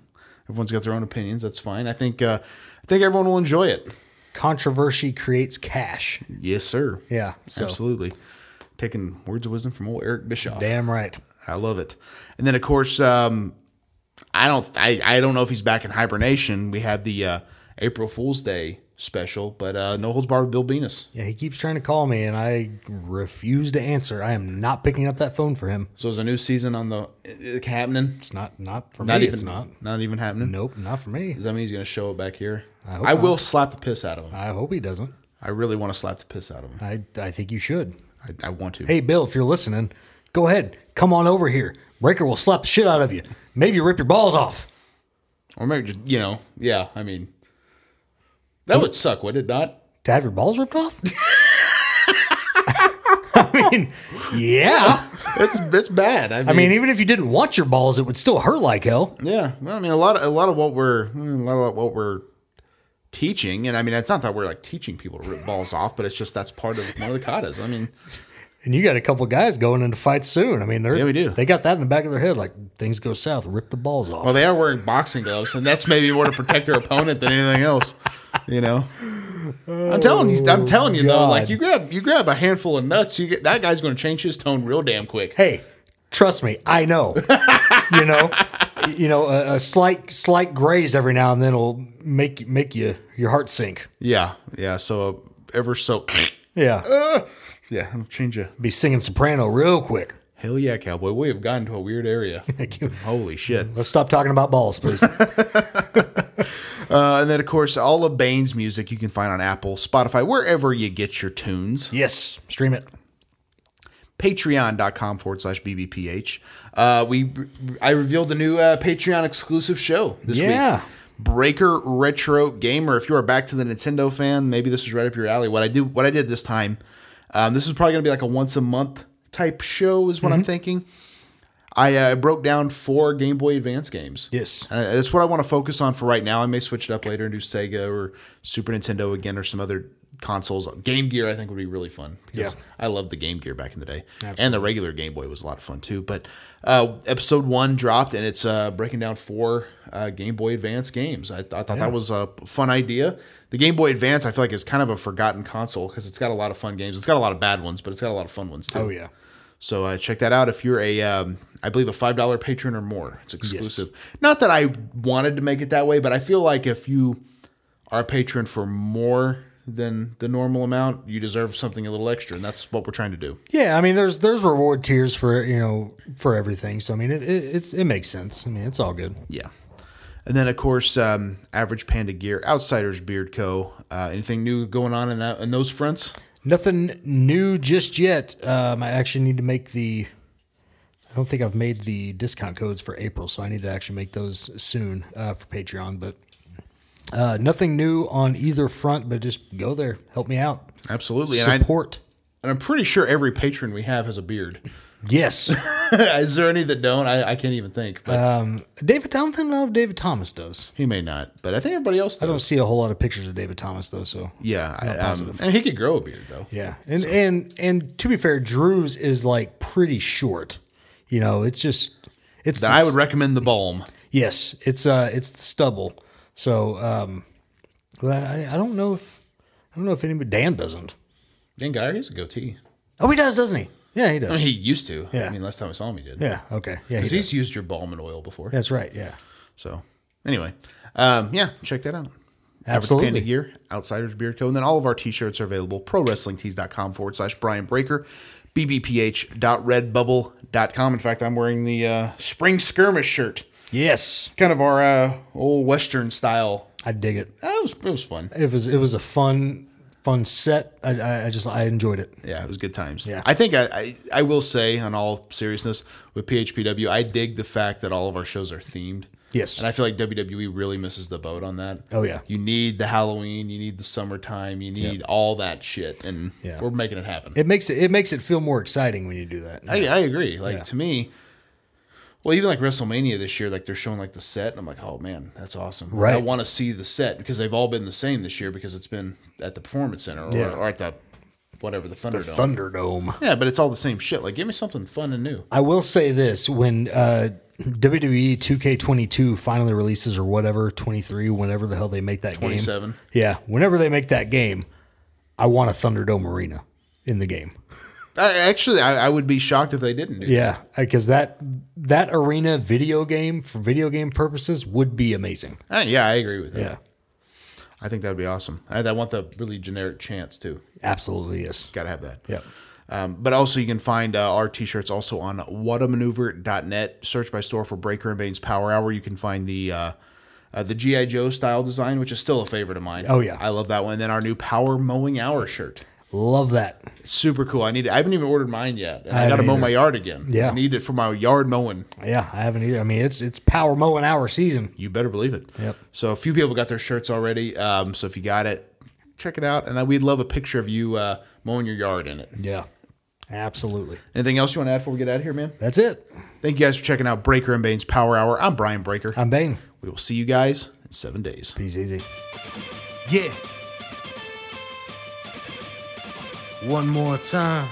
S2: everyone's got their own opinions. That's fine. I think uh, I think everyone will enjoy it.
S3: controversy creates cash.
S2: Yes, sir.
S3: Yeah. So.
S2: Absolutely. Taking words of wisdom from old Eric Bischoff.
S3: Damn right.
S2: I love it. And then of course, um, I don't I, I don't know if he's back in hibernation. We had the uh, April Fool's Day special, but uh, no holds barred with Bill Venus.
S3: Yeah, he keeps trying to call me, and I refuse to answer. I am not picking up that phone for him.
S2: So there's a new season on the it- it happening.
S3: It's not not for
S2: Not
S3: me.
S2: even
S3: it's not.
S2: even happening.
S3: Nope, not for me.
S2: Does that mean he's gonna show up back here? I,
S3: hope
S2: will slap the piss out of him.
S3: I hope he doesn't.
S2: I really want to slap the piss out of him.
S3: I I think you should.
S2: I, I want to.
S3: Hey Bill, if you're listening, go ahead. Come on over here. Breaker will slap the shit out of you. Maybe rip your balls off.
S2: Or maybe just, you know, yeah. I mean, that would suck, would it not?
S3: To (laughs) have your balls ripped off? I mean, yeah.
S2: it's it's bad. I mean,
S3: I mean, even if you didn't want your balls, it would still hurt like hell.
S2: yeah. Well, I mean, a lot of a lot of what we're a lot of what we're teaching, and I mean, it's not that we're like teaching people to rip balls off, but it's just that's part of one of the katas. I mean,
S3: And you got a couple guys going into fights soon. I mean, they're
S2: Yeah, we do.
S3: They got that in the back of their head. Like things go south, rip the balls off.
S2: well, they are wearing boxing gloves, and that's maybe more to protect their opponent than anything else. You know, I'm telling you, I'm telling you though, like
S3: God.
S2: you grab you grab a handful of nuts, you get that guy's going to change his tone real damn quick.
S3: hey, trust me, I know. you know, (laughs) you know, a, a slight slight graze every now and then will make make you your heart sink.
S2: Yeah, yeah. So uh, ever so, (laughs)
S3: Yeah,
S2: yeah, I'll change you.
S3: be singing soprano real quick.
S2: Hell yeah, cowboy. We have gotten to a weird area. (laughs) Holy shit.
S3: Let's stop talking about balls, (laughs) please.
S2: Uh, and then, of course, all of Bane's music you can find on Apple, Spotify, wherever you get your tunes.
S3: yes, stream it.
S2: Patreon.com forward slash BBPH. Uh, we, I revealed the new uh, Patreon exclusive show this
S3: Yeah.
S2: week. Breaker Retro Gamer. If you are back to the Nintendo fan, maybe this is right up your alley. What I do, what I did this time, um, this is probably going to be like a once a month type show, is what
S3: Mm-hmm.
S2: I'm thinking. I uh, broke down four Game Boy Advance games.
S3: Yes.
S2: And uh, that's what I want to focus on for right now. I may switch it up later and do Sega or Super Nintendo again or some other consoles. Game Gear, I think, would be really fun because
S3: Yeah.
S2: I loved the Game Gear back in the day. And the regular Game Boy was a lot of fun too. But uh, episode one dropped and it's uh, breaking down four uh, Game Boy Advance games. I, I thought that was a fun idea. The Game Boy Advance, I feel like, is kind of a forgotten console because it's got a lot of fun games. It's got a lot of bad ones, but it's got a lot of fun ones too.
S3: Oh yeah.
S2: So uh, check that out if you're a, um, I believe a five dollar patron or more. It's exclusive. Not that I wanted to make it that way, but I feel like if you are a patron for more than the normal amount, you deserve something a little extra, and that's what we're trying to do.
S3: Yeah, I mean, there's there's reward tiers for you know for everything. So I mean, it, it it's it makes sense. I mean, it's all good.
S2: Yeah. And then of course, um, average panda gear, outsiders beard co. Uh, anything new going on in that in those fronts?
S3: Nothing new just yet. Um, I actually need to make the. I don't think I've made the discount codes for April, so I need to actually make those soon uh, for Patreon. But uh, nothing new on either front. But just go there, help me out,
S2: Absolutely. And, I, and
S3: support.
S2: I'm pretty sure every patron we have has a beard. (laughs)
S3: yes, (laughs)
S2: Is there any that don't? I, I can't even think. But
S3: David. I don't think I know if David Thomas does.
S2: he may not. But I think everybody else
S3: I
S2: does.
S3: don't see a whole lot of pictures of David Thomas though. So
S2: Yeah, I, um, and he could grow a beard though.
S3: Yeah, and and and to be fair, Drew's is like pretty short. You know, it's just it's
S2: Then
S3: the
S2: I
S3: s-
S2: would recommend the balm.
S3: yes, it's uh it's the stubble. So um, but I I- I don't know if I don't know if anybody Dan doesn't.
S2: Dan Geyer, he's a goatee.
S3: Oh, he does, doesn't he? Yeah,
S2: (laughs)
S3: he does.
S2: He used to. I
S3: Yeah.
S2: mean, last time I saw him, he did.
S3: Yeah. Okay. Yeah. He
S2: Because
S3: does.
S2: he's used your balm and oil before.
S3: That's right. Yeah.
S2: So anyway, um, yeah, check that out.
S3: Absolutely.
S2: Panda Gear, Outsiders Beard Co. And then all of our t-shirts are available. ProWrestlingTees.com forward slash Brian Breaker, BBPH.redbubble.com. In fact, I'm wearing the uh, Spring Skirmish shirt.
S3: Yes,
S2: Kind of our uh, old Western style.
S3: I dig it.
S2: That was, it was fun.
S3: It was it was a fun fun set. I I, I just I enjoyed it.
S2: Yeah, it was good times.
S3: Yeah.
S2: I think I, I, I will say, on all seriousness, with PHPW, I dig the fact that all of our shows are themed.
S3: Yes.
S2: And I feel like WWE really misses the boat on that.
S3: Oh, yeah.
S2: You need the Halloween, you need the summertime, you need all that shit. And
S3: Yeah.
S2: we're making it happen.
S3: It makes it it makes it feel more exciting when you do that.
S2: I, I agree. Like to me, well, even like WrestleMania this year, like they're showing like the set, and I'm like, oh man, that's awesome. Like, I
S3: Right.
S2: want to see the set because they've all been the same this year because it's been at the Performance Center or,
S3: Yeah.
S2: or at the whatever the Thunderdome.
S3: Thunderdome.
S2: Yeah, but it's all the same shit. Like, give me something fun and new.
S3: I will say this when uh, E WWE 2K22 finally releases or whatever 23 whenever the hell they make that
S2: 27.
S3: game. Yeah, whenever they make that game, I want a Thunderdome arena in the game.
S2: I, actually, I, I would be shocked if they didn't do
S3: Yeah, because that that arena video game for video game purposes would be amazing.
S2: that. Uh, yeah, I agree with that.
S3: Yeah,
S2: I think that would be awesome. I, I want the really generic chance, too.
S3: absolutely yes.
S2: Got to have that.
S3: Yep.
S2: Um, but also, you can find uh, our t shirts also on whatamaneuver.net. Search by store for Breaker and Bane's Power Hour. You can find the. Uh, uh, the GI Joe style design, which is still a favorite of mine.
S3: Oh, yeah.
S2: I love that one. And then our new Power Mowing Hour shirt,
S3: Love that.
S2: It's super cool. I need. It. I haven't even ordered mine yet. And I, got to
S3: haven't
S2: mow
S3: either.
S2: my yard again.
S3: Yeah.
S2: I need it for my yard mowing.
S3: Yeah, I haven't either. I mean, it's it's power mowing hour season.
S2: You better believe it.
S3: Yep.
S2: So a few people got their shirts already. Um, so if you got it, check it out. And I, we'd love a picture of you uh, mowing your yard in it.
S3: Yeah. Absolutely.
S2: Anything else you want to add before we get out of here, man?
S3: That's it.
S2: Thank you guys for checking out Breaker and Bane's Power Hour. I'm Brian Breaker.
S3: I'm Bane.
S2: We will see you guys in seven days.
S3: Peace easy.
S2: Yeah.
S1: One more time.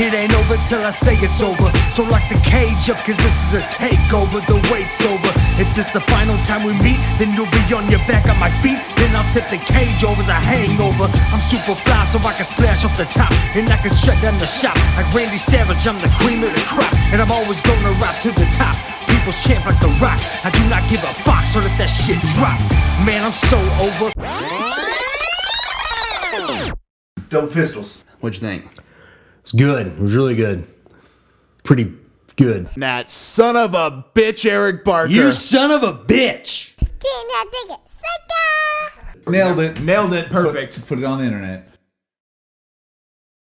S1: It ain't over till I say it's over. So lock the cage up, cause this is a takeover. The wait's over. If this the final time we meet, then you'll be on your back on my feet. Then I'll tip the cage over as I hangover. I'm super fly, so I can splash off the top. And I can shut down the shop. Like Randy Savage, I'm the cream of the crop. And I'm always gonna rise to the top. People's champ like the rock. I do not give a fuck, so let that shit drop. Man, I'm so over. Double pistols.
S7: What'd you think?
S3: It's good. It was really good. Pretty good.
S7: That son of a bitch, Eric Barker.
S3: son of a bitch.
S8: Can't dig it. Sucker!
S9: Nailed it.
S7: nailed it. Perfect.
S9: Put it on the internet.